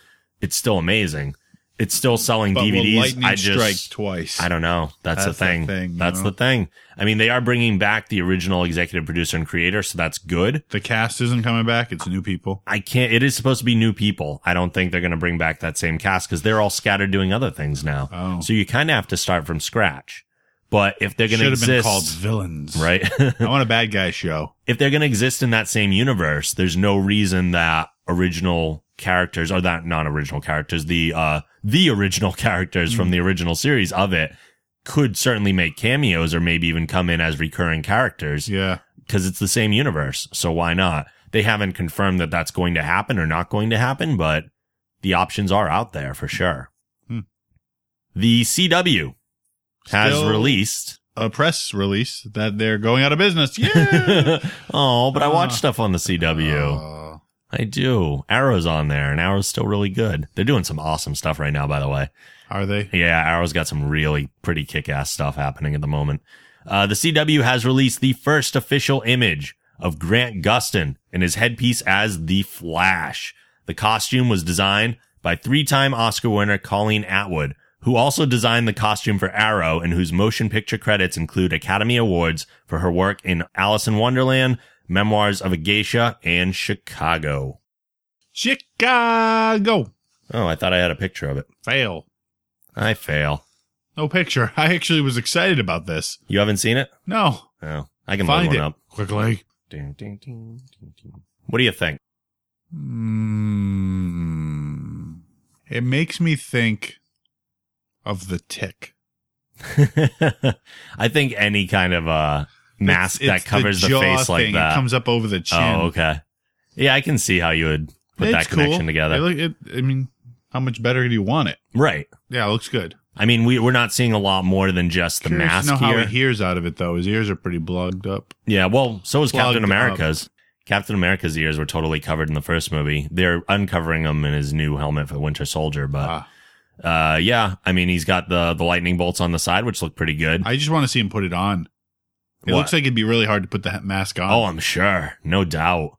Speaker 3: it's still amazing. It's still selling
Speaker 4: but
Speaker 3: DVDs.
Speaker 4: will lightning
Speaker 3: I just,
Speaker 4: strike twice?
Speaker 3: I don't know. That's,
Speaker 4: That's
Speaker 3: the thing.
Speaker 4: the thing, you
Speaker 3: that's
Speaker 4: know?
Speaker 3: the thing. I mean, they are bringing back the original executive producer and creator, so that's good.
Speaker 4: The cast isn't coming back. It's new people.
Speaker 3: I can't. It is supposed to be new people. I don't think they're going to bring back that same cast because they're all scattered doing other things now.
Speaker 4: Oh.
Speaker 3: So you kind of have to start from scratch. But if they're going to
Speaker 4: Should have
Speaker 3: exist,
Speaker 4: been called villains,
Speaker 3: right?
Speaker 4: I want a bad guy show.
Speaker 3: if they're going to exist in that same universe, there's no reason that original characters or that non-original characters, the uh the original characters from
Speaker 4: Mm.
Speaker 3: the original series of it could certainly make cameos or maybe even come in as recurring characters
Speaker 4: Yeah,
Speaker 3: because it's the same universe. So why not? They haven't confirmed that that's going to happen or not going to happen, but the options are out there for sure.
Speaker 4: Hmm.
Speaker 3: The CW has
Speaker 4: Still-
Speaker 3: released
Speaker 4: a press release that they're going out of business. Yeah.
Speaker 3: oh, but I watch
Speaker 4: Ah.
Speaker 3: stuff on the CW.
Speaker 4: Oh.
Speaker 3: I do. Arrow's on there, and Arrow's still really good. They're doing some awesome stuff right now, by the way.
Speaker 4: are they?
Speaker 3: Yeah, Arrow's got some really pretty kick ass stuff happening at the moment. Uh, the CW has released the first official image of Grant Gustin in his headpiece as The Flash. The costume was designed by three time Oscar winner Colleen Atwood, who also designed the costume for Arrow and whose motion picture credits include Academy Awards for her work in Alice in Wonderland, Memoirs of a Geisha, and Chicago.
Speaker 4: Chicago
Speaker 3: Oh, I thought I had a picture of it.
Speaker 4: fail.
Speaker 3: I fail.
Speaker 4: No picture. I actually was excited about this.
Speaker 3: You haven't seen it?
Speaker 4: No,
Speaker 3: Oh, I can load
Speaker 4: find
Speaker 3: one
Speaker 4: it
Speaker 3: up.
Speaker 4: quickly.
Speaker 3: Ding, ding, ding, ding, ding. What do you think?
Speaker 4: Mm. It makes me think of the tick.
Speaker 3: I think any kind of uh, mask
Speaker 4: It's- it's
Speaker 3: that covers the,
Speaker 4: jaw
Speaker 3: face like
Speaker 4: thing.
Speaker 3: that.
Speaker 4: It comes up over the chin.
Speaker 3: oh, okay. Yeah, I can see how you would put
Speaker 4: It's
Speaker 3: that connection
Speaker 4: cool.
Speaker 3: together.
Speaker 4: It look- it- I mean, how much better do you want it?
Speaker 3: right.
Speaker 4: Yeah, it looks good.
Speaker 3: I mean, we we're not seeing a lot more than just the
Speaker 4: Curious
Speaker 3: mask
Speaker 4: to know how
Speaker 3: here.
Speaker 4: he hears out of it though. His ears are pretty plugged up.
Speaker 3: yeah. Well, so is
Speaker 4: Plugged
Speaker 3: Captain America's. Captain America's ears were totally covered in the first movie. They're uncovering them in his new helmet for Winter Soldier, but.
Speaker 4: Ah.
Speaker 3: Uh, yeah. I mean, he's got the the lightning bolts on the side, which look pretty good.
Speaker 4: I just want to see him put it on. It
Speaker 3: What?
Speaker 4: looks like it'd be really hard to put the mask on.
Speaker 3: oh, I'm sure, no doubt.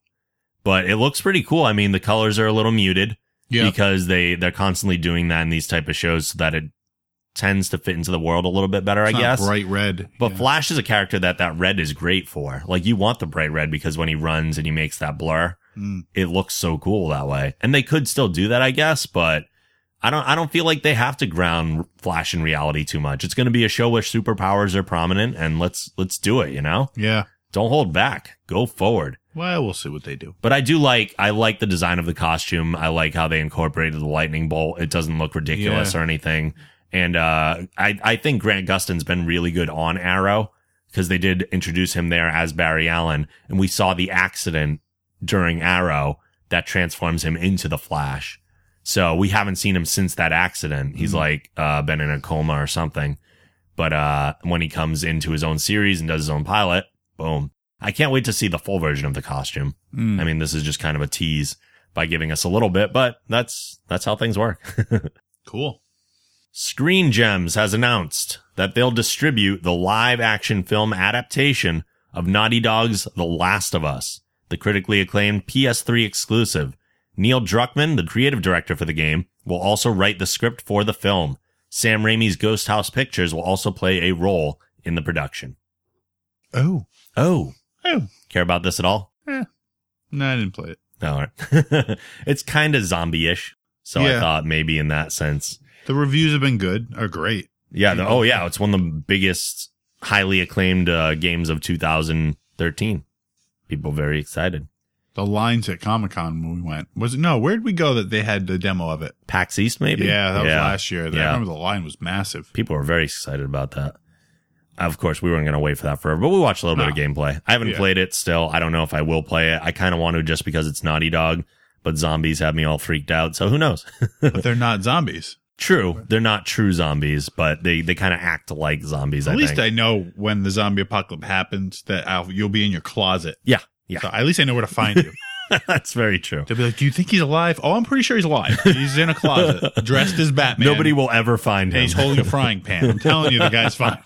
Speaker 3: But it looks pretty cool. I mean, the colors are a little muted
Speaker 4: yeah.
Speaker 3: because they they're constantly doing that in these type of shows, so that it tends to fit into the world a little bit better,
Speaker 4: It's
Speaker 3: I
Speaker 4: not
Speaker 3: guess.
Speaker 4: bright red.
Speaker 3: But
Speaker 4: Yeah.
Speaker 3: Flash is a character that that red is great for. Like you want the bright red because when he runs and he makes that blur,
Speaker 4: Mm.
Speaker 3: it looks so cool that way. And they could still do that, I guess, but I don't I don't feel like they have to ground Flash in reality too much. It's going to be a show where superpowers are prominent and let's let's do it, you know?
Speaker 4: yeah.
Speaker 3: Don't hold back. Go forward.
Speaker 4: Well, we'll see what they do.
Speaker 3: But I do like I like the design of the costume. I like how they incorporated the lightning bolt. It doesn't look ridiculous
Speaker 4: Yeah.
Speaker 3: or anything. And uh, I I think Grant Gustin's been really good on Arrow because they did introduce him there as Barry Allen, and we saw the accident during Arrow that transforms him into the Flash. So we haven't seen him since that accident. He's like uh, been in a coma or something. But uh, when he comes into his own series and does his own pilot, boom! I can't wait to see the full version of the costume. I mean, this is just kind of a tease by giving us a little bit, but that's that's how things work.
Speaker 4: Cool.
Speaker 3: Screen Gems has announced that they'll distribute the live action film adaptation of Naughty Dog's The Last of Us, the critically acclaimed PS3 exclusive. Neil Druckmann, the creative director for the game, will also write the script for the film. Sam Raimi's Ghost House Pictures will also play a role in the production.
Speaker 4: Oh.
Speaker 3: Oh,
Speaker 4: Oh.
Speaker 3: care about this at all?
Speaker 4: No, I didn't play it.
Speaker 3: All right. it's kind of zombie ish. So I
Speaker 4: Yeah.
Speaker 3: thought maybe in that sense.
Speaker 4: The reviews have been good. Are great.
Speaker 3: Yeah. The, oh, yeah. It's one of the biggest, highly acclaimed uh, games of 2013. People very excited.
Speaker 4: The lines at Comic Con when we went was it no? Where'd we go that they had the demo of it?
Speaker 3: PAX East, maybe?
Speaker 4: Yeah, that was last year. I
Speaker 3: Yeah.
Speaker 4: remember the line was massive.
Speaker 3: People were very excited about that. Of course, we weren't going to wait for that forever, but we watched a little bit of gameplay. I haven't
Speaker 4: Yeah.
Speaker 3: played it still. I don't know if I will play it. I kind of want to just because it's Naughty Dog, but zombies have me all freaked out. So who knows?
Speaker 4: But they're not zombies.
Speaker 3: True. They're not true zombies, but they, they kind of act like zombies.
Speaker 4: At
Speaker 3: I
Speaker 4: least
Speaker 3: think.
Speaker 4: I know when the zombie apocalypse happens that I'll, you'll be in your closet.
Speaker 3: Yeah. Yeah.
Speaker 4: So at least I know where to find you.
Speaker 3: That's very true.
Speaker 4: They'll be like, "Do you think he's alive?" Oh, I'm pretty sure he's alive. He's in a closet, dressed as Batman.
Speaker 3: Nobody will ever find
Speaker 4: And
Speaker 3: him.
Speaker 4: he's holding a frying pan. I'm telling you, the guy's fine.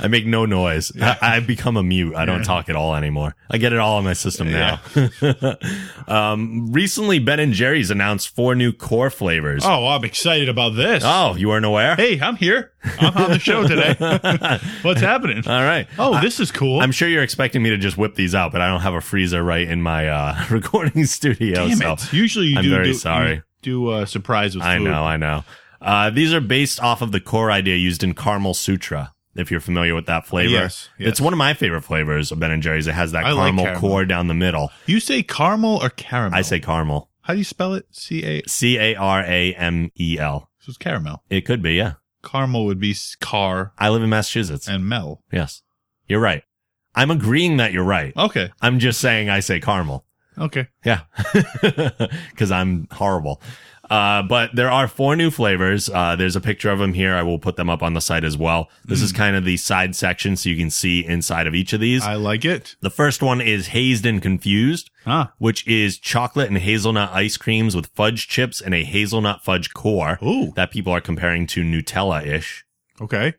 Speaker 3: I make no noise. I, I've become a mute. I don't talk at all anymore. I get it all in my system now. um, recently, Ben and Jerry's announced four new core flavors.
Speaker 4: Oh, I'm excited about this.
Speaker 3: Oh, you weren't aware?
Speaker 4: Hey, I'm here. I'm on the show today. What's happening?
Speaker 3: All right.
Speaker 4: Oh, this is cool.
Speaker 3: Uh, I'm sure you're expecting me to just whip these out, but I don't have a freezer right in my uh, recording studio.
Speaker 4: Damn
Speaker 3: so
Speaker 4: it. Usually you
Speaker 3: I'm
Speaker 4: do,
Speaker 3: very
Speaker 4: do-
Speaker 3: sorry.
Speaker 4: you do uh, surprise with
Speaker 3: I
Speaker 4: food.
Speaker 3: know, I know. Uh, these are based off of the core idea used in Caramel Sutra. If you're familiar with that flavor,
Speaker 4: Yes, yes.
Speaker 3: it's one of my favorite flavors of Ben and Jerry's. It has that
Speaker 4: I like
Speaker 3: caramel,
Speaker 4: caramel.
Speaker 3: core down the middle.
Speaker 4: You say caramel or caramel?
Speaker 3: I say caramel,
Speaker 4: How do you spell it? C A. This
Speaker 3: C A R A M E L.
Speaker 4: was caramel.
Speaker 3: It could be, yeah.
Speaker 4: Caramel would be s- car
Speaker 3: I live in Massachusetts.
Speaker 4: and mel.
Speaker 3: yes, you're right. I'm agreeing that you're right.
Speaker 4: Okay.
Speaker 3: I'm just saying I say caramel.
Speaker 4: Okay.
Speaker 3: Yeah. Cause I'm horrible. Uh, but there are four new flavors. Uh, there's a picture of them here. I will put them up on the site as well. This is kind of the side section so you can see inside of each of these.
Speaker 4: Mm. I like it.
Speaker 3: the first one is hazed and confused,
Speaker 4: Ah.
Speaker 3: which is chocolate and hazelnut ice creams with fudge chips and a hazelnut fudge core
Speaker 4: Ooh.
Speaker 3: that people are comparing to Nutella ish.
Speaker 4: Okay.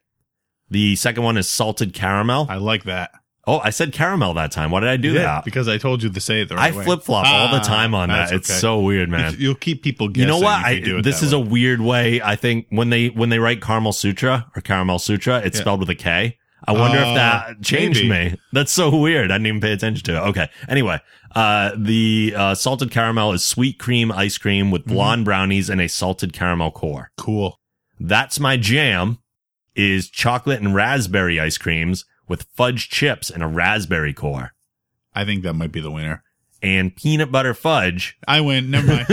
Speaker 3: The second one is salted caramel.
Speaker 4: I like that.
Speaker 3: oh, I said caramel that time. Why did I do
Speaker 4: Yeah,
Speaker 3: that?
Speaker 4: because I told you to say it the
Speaker 3: I
Speaker 4: right way.
Speaker 3: flip flop all the
Speaker 4: Ah,
Speaker 3: time on that.
Speaker 4: that's
Speaker 3: It's
Speaker 4: okay.
Speaker 3: so weird, man.
Speaker 4: It's- You'll keep people guessing.
Speaker 3: you know what?
Speaker 4: if
Speaker 3: I,
Speaker 4: you do it
Speaker 3: this
Speaker 4: that
Speaker 3: is
Speaker 4: way.
Speaker 3: a weird way. I think when they when they write Carmel Sutra or Caramel Sutra, it's
Speaker 4: Yeah.
Speaker 3: spelled with a K. I wonder if
Speaker 4: Uh,
Speaker 3: that changed
Speaker 4: maybe.
Speaker 3: me. That's so weird. I didn't even pay attention to it. Okay. Anyway, uh, the uh, salted caramel is sweet cream ice cream with
Speaker 4: Mm-hmm.
Speaker 3: blonde brownies and a salted caramel core.
Speaker 4: cool.
Speaker 3: That's my jam. Is chocolate and raspberry ice creams with fudge chips and a raspberry core
Speaker 4: I think that might be the winner.
Speaker 3: and peanut butter fudge
Speaker 4: I win. Never mind.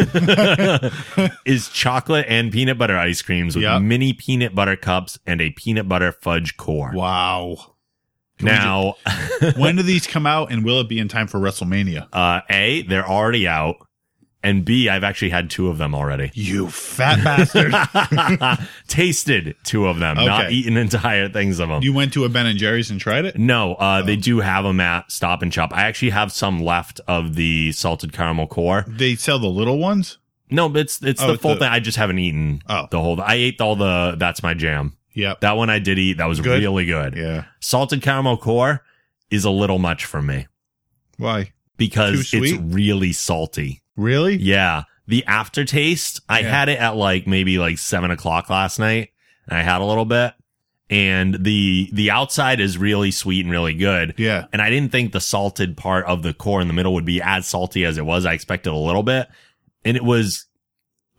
Speaker 3: is chocolate and peanut butter ice creams with
Speaker 4: Yep.
Speaker 3: mini peanut butter cups and a peanut butter fudge core.
Speaker 4: wow. Can we
Speaker 3: Now,
Speaker 4: when do these come out and will it be in time for WrestleMania?
Speaker 3: uh, A, they're already out. And B, I've actually had two of them already.
Speaker 4: You fat bastard.
Speaker 3: Tasted two of them, not
Speaker 4: Okay.
Speaker 3: eaten entire things of them.
Speaker 4: you went to a Ben and Jerry's and tried it?
Speaker 3: no, uh,
Speaker 4: Um.
Speaker 3: they do have them at Stop and Shop. I actually have some left of the salted caramel core.
Speaker 4: They sell the little ones?
Speaker 3: No, but it's it's
Speaker 4: Oh,
Speaker 3: the
Speaker 4: it's
Speaker 3: full
Speaker 4: the-
Speaker 3: thing. I just haven't eaten
Speaker 4: Oh.
Speaker 3: the whole. I ate all the. That's my jam.
Speaker 4: Yep.
Speaker 3: That one I did eat. That was
Speaker 4: Good?
Speaker 3: really good.
Speaker 4: yeah.
Speaker 3: salted caramel core is a little much for me
Speaker 4: Why?
Speaker 3: because
Speaker 4: Too
Speaker 3: it's
Speaker 4: sweet?
Speaker 3: really salty.
Speaker 4: Really?
Speaker 3: Yeah. The aftertaste, I
Speaker 4: Yeah.
Speaker 3: had it at like maybe like seven o'clock last night and I had a little bit and the, the outside is really sweet and really good.
Speaker 4: Yeah.
Speaker 3: And I didn't think the salted part of the core in the middle would be as salty as it was. I expected a little bit and it was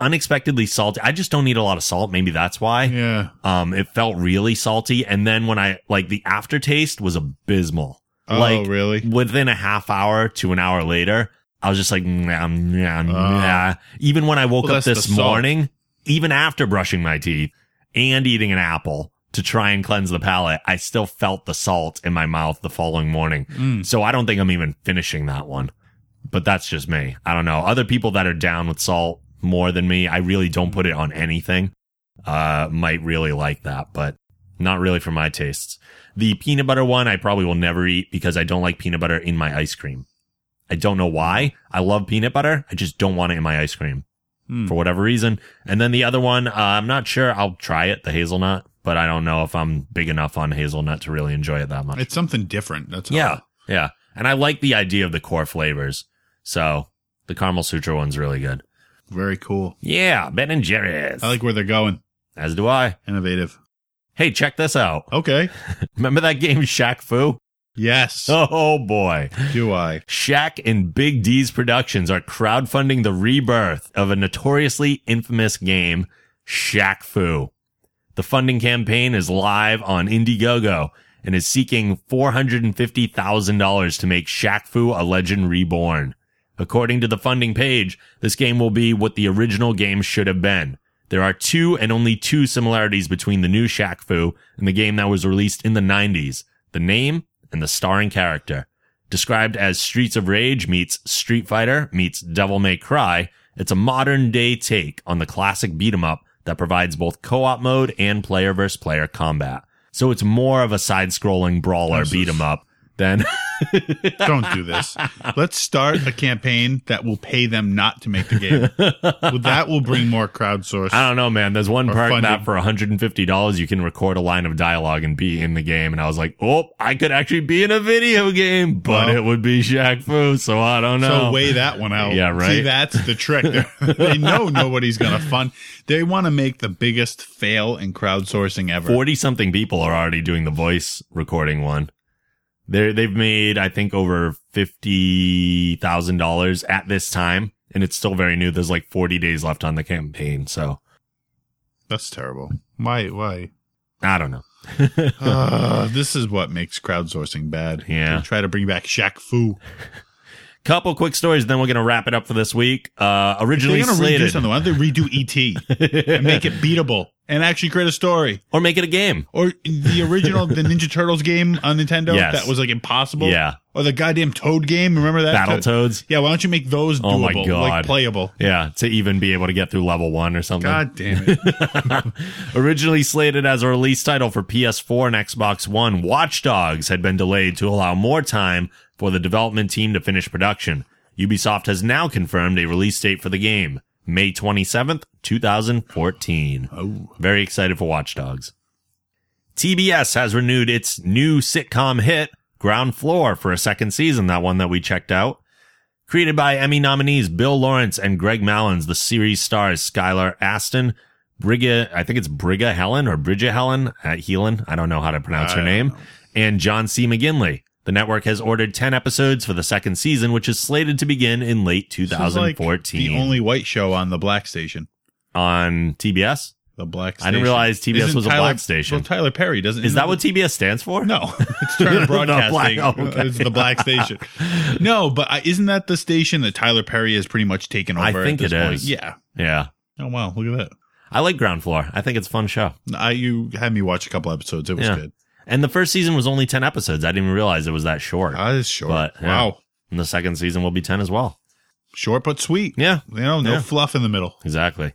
Speaker 3: unexpectedly salty. I just don't need a lot of salt. Maybe that's why.
Speaker 4: Yeah.
Speaker 3: Um, it felt really salty. And then when I, like, the aftertaste was abysmal.
Speaker 4: Oh,
Speaker 3: like,
Speaker 4: really?
Speaker 3: Within a half hour to an hour later, I was just like, nah, nah, nah. even when I woke
Speaker 4: Ah. Well,
Speaker 3: up
Speaker 4: that's the
Speaker 3: this
Speaker 4: salt.
Speaker 3: morning, even after brushing my teeth, and eating an apple to try and cleanse the palate, I still felt the salt in my mouth the following morning.
Speaker 4: Mm.
Speaker 3: So I don't think I'm even finishing that one. But that's just me. I don't know. Other people that are down with salt more than me, I really don't put it on anything. Uh, might really like that, but not really for my tastes. The peanut butter one, I probably will never eat because I don't like peanut butter in my ice cream. I don't know why. I love peanut butter. I just don't want it in my ice cream
Speaker 4: Hmm.
Speaker 3: for whatever reason. And then the other one, uh, I'm not sure. I'll try it, the hazelnut, but I don't know if I'm big enough on hazelnut to really enjoy it that much.
Speaker 4: It's something different. That's all.
Speaker 3: yeah. Yeah. And I like the idea of the core flavors. So the caramel sutra one's really good.
Speaker 4: Very cool.
Speaker 3: Yeah. Ben and Jerry's.
Speaker 4: I like where they're going.
Speaker 3: As do I.
Speaker 4: Innovative.
Speaker 3: Hey, check this out.
Speaker 4: Okay.
Speaker 3: Remember that game Shaq Fu?
Speaker 4: Yes.
Speaker 3: Oh boy.
Speaker 4: Do I?
Speaker 3: Shaq and Big D's Productions are crowdfunding the rebirth of a notoriously infamous game, Shaq Fu. The funding campaign is live on Indiegogo and is seeking $450,000 to make Shaq Fu a legend reborn. According to the funding page, this game will be what the original game should have been. There are two and only two similarities between the new Shaq Fu and the game that was released in the 90s. The name and the starring character. Described as Streets of Rage meets Street Fighter meets Devil May Cry, it's a modern day take on the classic beat 'em up that provides both co-op mode and player versus player combat. So it's more of a side-scrolling brawler
Speaker 4: This is-
Speaker 3: beat 'em up than
Speaker 4: Don't do this. Let's start a campaign that will pay them not to make the game. Well, that will bring more crowdsource.
Speaker 3: I don't know, man. There's one
Speaker 4: Or
Speaker 3: part
Speaker 4: funding.
Speaker 3: that for $150 you can record a line of dialogue and be in the game. And I was like, oh, I could actually be in a video game, but
Speaker 4: Well.
Speaker 3: it would be Shaq Fu, so I don't know.
Speaker 4: So weigh that one out.
Speaker 3: Yeah, right.
Speaker 4: See, that's the trick. They're- they know nobody's going to fund. They want to make the biggest fail in crowdsourcing ever.
Speaker 3: 40 something people are already doing the voice recording one. They're, they've made, I think, over $50,000 at this time. And it's still very new. There's like 40 days left on the campaign. So
Speaker 4: That's terrible. Why? Why?
Speaker 3: I don't know.
Speaker 4: Uh, this is what makes crowdsourcing bad.
Speaker 3: Yeah.
Speaker 4: They try to bring back Shaq Fu.
Speaker 3: Couple quick stories, then we're going to wrap it up for this week. Uh,
Speaker 4: They're
Speaker 3: originally
Speaker 4: going to redo
Speaker 3: slated,
Speaker 4: something. Why don't they redo ET and make it beatable and actually create a story?
Speaker 3: or make it a game.
Speaker 4: Or the original, the Ninja Turtles game on Nintendo
Speaker 3: Yes.
Speaker 4: that was like impossible.
Speaker 3: Yeah.
Speaker 4: Or the goddamn Toad game. Remember that?
Speaker 3: Battletoads.
Speaker 4: Yeah. Why don't you make those doable?
Speaker 3: Oh my God.
Speaker 4: Like playable.
Speaker 3: Yeah, to even be able to get through level one or something.
Speaker 4: God damn it.
Speaker 3: Originally slated as a release title for PS4 and Xbox One, Watch Dogs had been delayed to allow more time for the development team to finish production. Ubisoft has now confirmed a release date for the game, May 27th, 2014. Oh. Very excited for Watch Dogs. TBS has renewed its new sitcom hit, Ground Floor, for a second season, that one that we checked out. Created by Emmy nominees Bill Lawrence and Greg Mallins, the series stars Skylar Aston, Briga, I think it's Briga Helen or Bridget Helen, uh, Helen, I don't know how to pronounce her name, and John C. McGinley. The network has ordered 10 episodes for the second season, which is slated to begin in late
Speaker 4: This is like
Speaker 3: 2014
Speaker 4: the only white show on the black station.
Speaker 3: on TBS.
Speaker 4: The
Speaker 3: I
Speaker 4: black station.
Speaker 3: didn't realize TBS
Speaker 4: Isn't
Speaker 3: was a
Speaker 4: Tyler-
Speaker 3: black station.
Speaker 4: Well, Tyler Perry doesn't.
Speaker 3: Is
Speaker 4: isn't
Speaker 3: that what TBS stands for?
Speaker 4: No, it's Turner
Speaker 3: The
Speaker 4: Broadcasting.
Speaker 3: black- oh, okay.
Speaker 4: It's the black station. No, but I, isn't that the station that Tyler Perry has pretty much taken over?
Speaker 3: I
Speaker 4: at
Speaker 3: think
Speaker 4: this
Speaker 3: it
Speaker 4: point?
Speaker 3: is.
Speaker 4: Yeah.
Speaker 3: Yeah.
Speaker 4: Oh wow, look at
Speaker 3: I like Ground Floor. I think it's a fun show.
Speaker 4: that. I you had me watch a couple episodes. It was
Speaker 3: Yeah.
Speaker 4: good.
Speaker 3: And the first season was only 10 episodes. I didn't even realize it was that short.
Speaker 4: That is short.
Speaker 3: But, yeah.
Speaker 4: Wow,
Speaker 3: And the second season will be 10 as well.
Speaker 4: short but sweet.
Speaker 3: Yeah.
Speaker 4: You know, no
Speaker 3: Yeah.
Speaker 4: fluff in the middle.
Speaker 3: Exactly.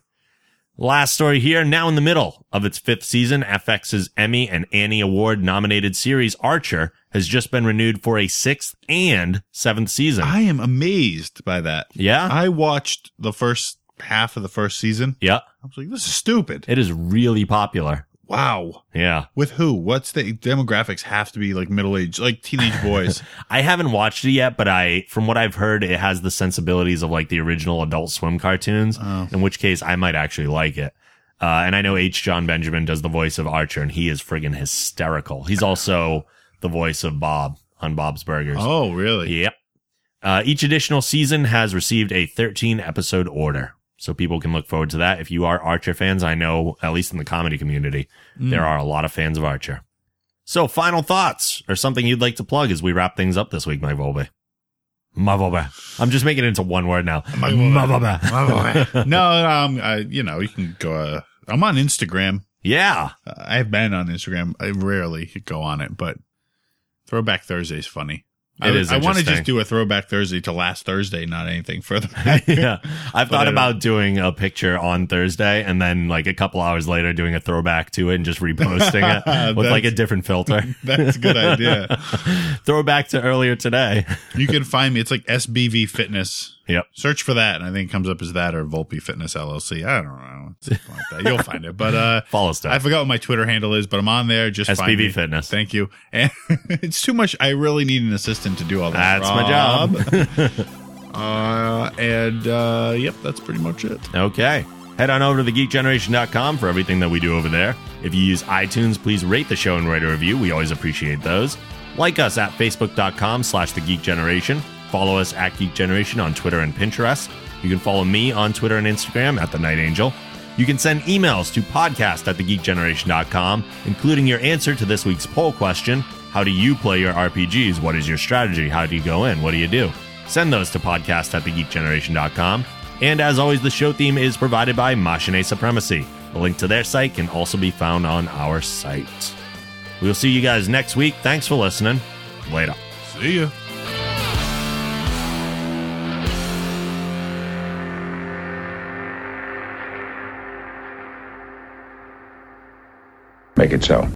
Speaker 3: Last story here. Now in the middle of its fifth season, FX's Emmy and Annie Award nominated series Archer has just been renewed for a sixth and seventh season.
Speaker 4: I am amazed by that.
Speaker 3: yeah.
Speaker 4: I watched the first half of the first season.
Speaker 3: yeah.
Speaker 4: I was like, this is stupid.
Speaker 3: It is really popular.
Speaker 4: Wow.
Speaker 3: Yeah.
Speaker 4: With who? What's the demographics have to be like middle aged, like teenage boys?
Speaker 3: I haven't watched it yet, but I, from what I've heard, it has the sensibilities of like the original Adult Swim cartoons. In which case, I might actually like it. Uh, and I know H. John Benjamin does the voice of Archer, and he is friggin' hysterical. He's also the voice of Bob on Bob's Burgers.
Speaker 4: oh, really?
Speaker 3: Yep. Uh, each additional season has received a 13 episode order. So people can look forward to that. If you are Archer fans, I know, at least in the comedy community, there are a lot of fans of Archer. So final thoughts or something you'd like to plug as we wrap things up this week, my Volbe. My Volbe. I'm just making it into one word now. My Volbe.
Speaker 4: no, um, I, you know, you can go. Uh, I'm on Instagram.
Speaker 3: Yeah.
Speaker 4: Uh, I've been on Instagram. I rarely go on it, but Throwback Thursday is funny. I,
Speaker 3: It is
Speaker 4: I want to
Speaker 3: interesting.
Speaker 4: just do a Throwback Thursday to last Thursday, not anything further. back.
Speaker 3: yeah. I've
Speaker 4: I
Speaker 3: thought
Speaker 4: don't-
Speaker 3: about doing a picture on Thursday and then like a couple hours later doing a throwback to it and just reposting it with like a
Speaker 4: That's-
Speaker 3: different filter.
Speaker 4: That's a good idea.
Speaker 3: throwback to earlier today.
Speaker 4: You can find me. It's like SBV Fitness.
Speaker 3: Yep.
Speaker 4: Search for that, and I think it comes up as that or Volpe Fitness LLC. I don't know. Something like that. You'll find it. But uh,
Speaker 3: Follow stuff.
Speaker 4: I forgot what my Twitter handle is, but I'm on there. Just find
Speaker 3: SBV
Speaker 4: me.
Speaker 3: Fitness.
Speaker 4: Thank you. And it's too much. I really need an assistant to do all that.
Speaker 3: That's my job.
Speaker 4: uh, and uh, yep, that's pretty much it.
Speaker 3: Okay. Head on over to thegeekgeneration.com for everything that we do over there. If you use iTunes, please rate the show and write a review. We always appreciate those. Like us at facebook.com slash the geek generation. Follow us at Geek Generation on Twitter and Pinterest. You can follow me on Twitter and Instagram at the Night Angel. You can send emails to podcast at thegeekgeneration.com, including your answer to this week's poll question. How do you play your RPGs? What is your strategy? How do you go in? What do you do? Send those to podcast at thegeekgeneration.com. And as always, the show theme is provided by Machine Supremacy. A link to their site can also be found on our site. We'll see you guys next week. Thanks for listening. Later.
Speaker 4: See ya.
Speaker 5: Make it so.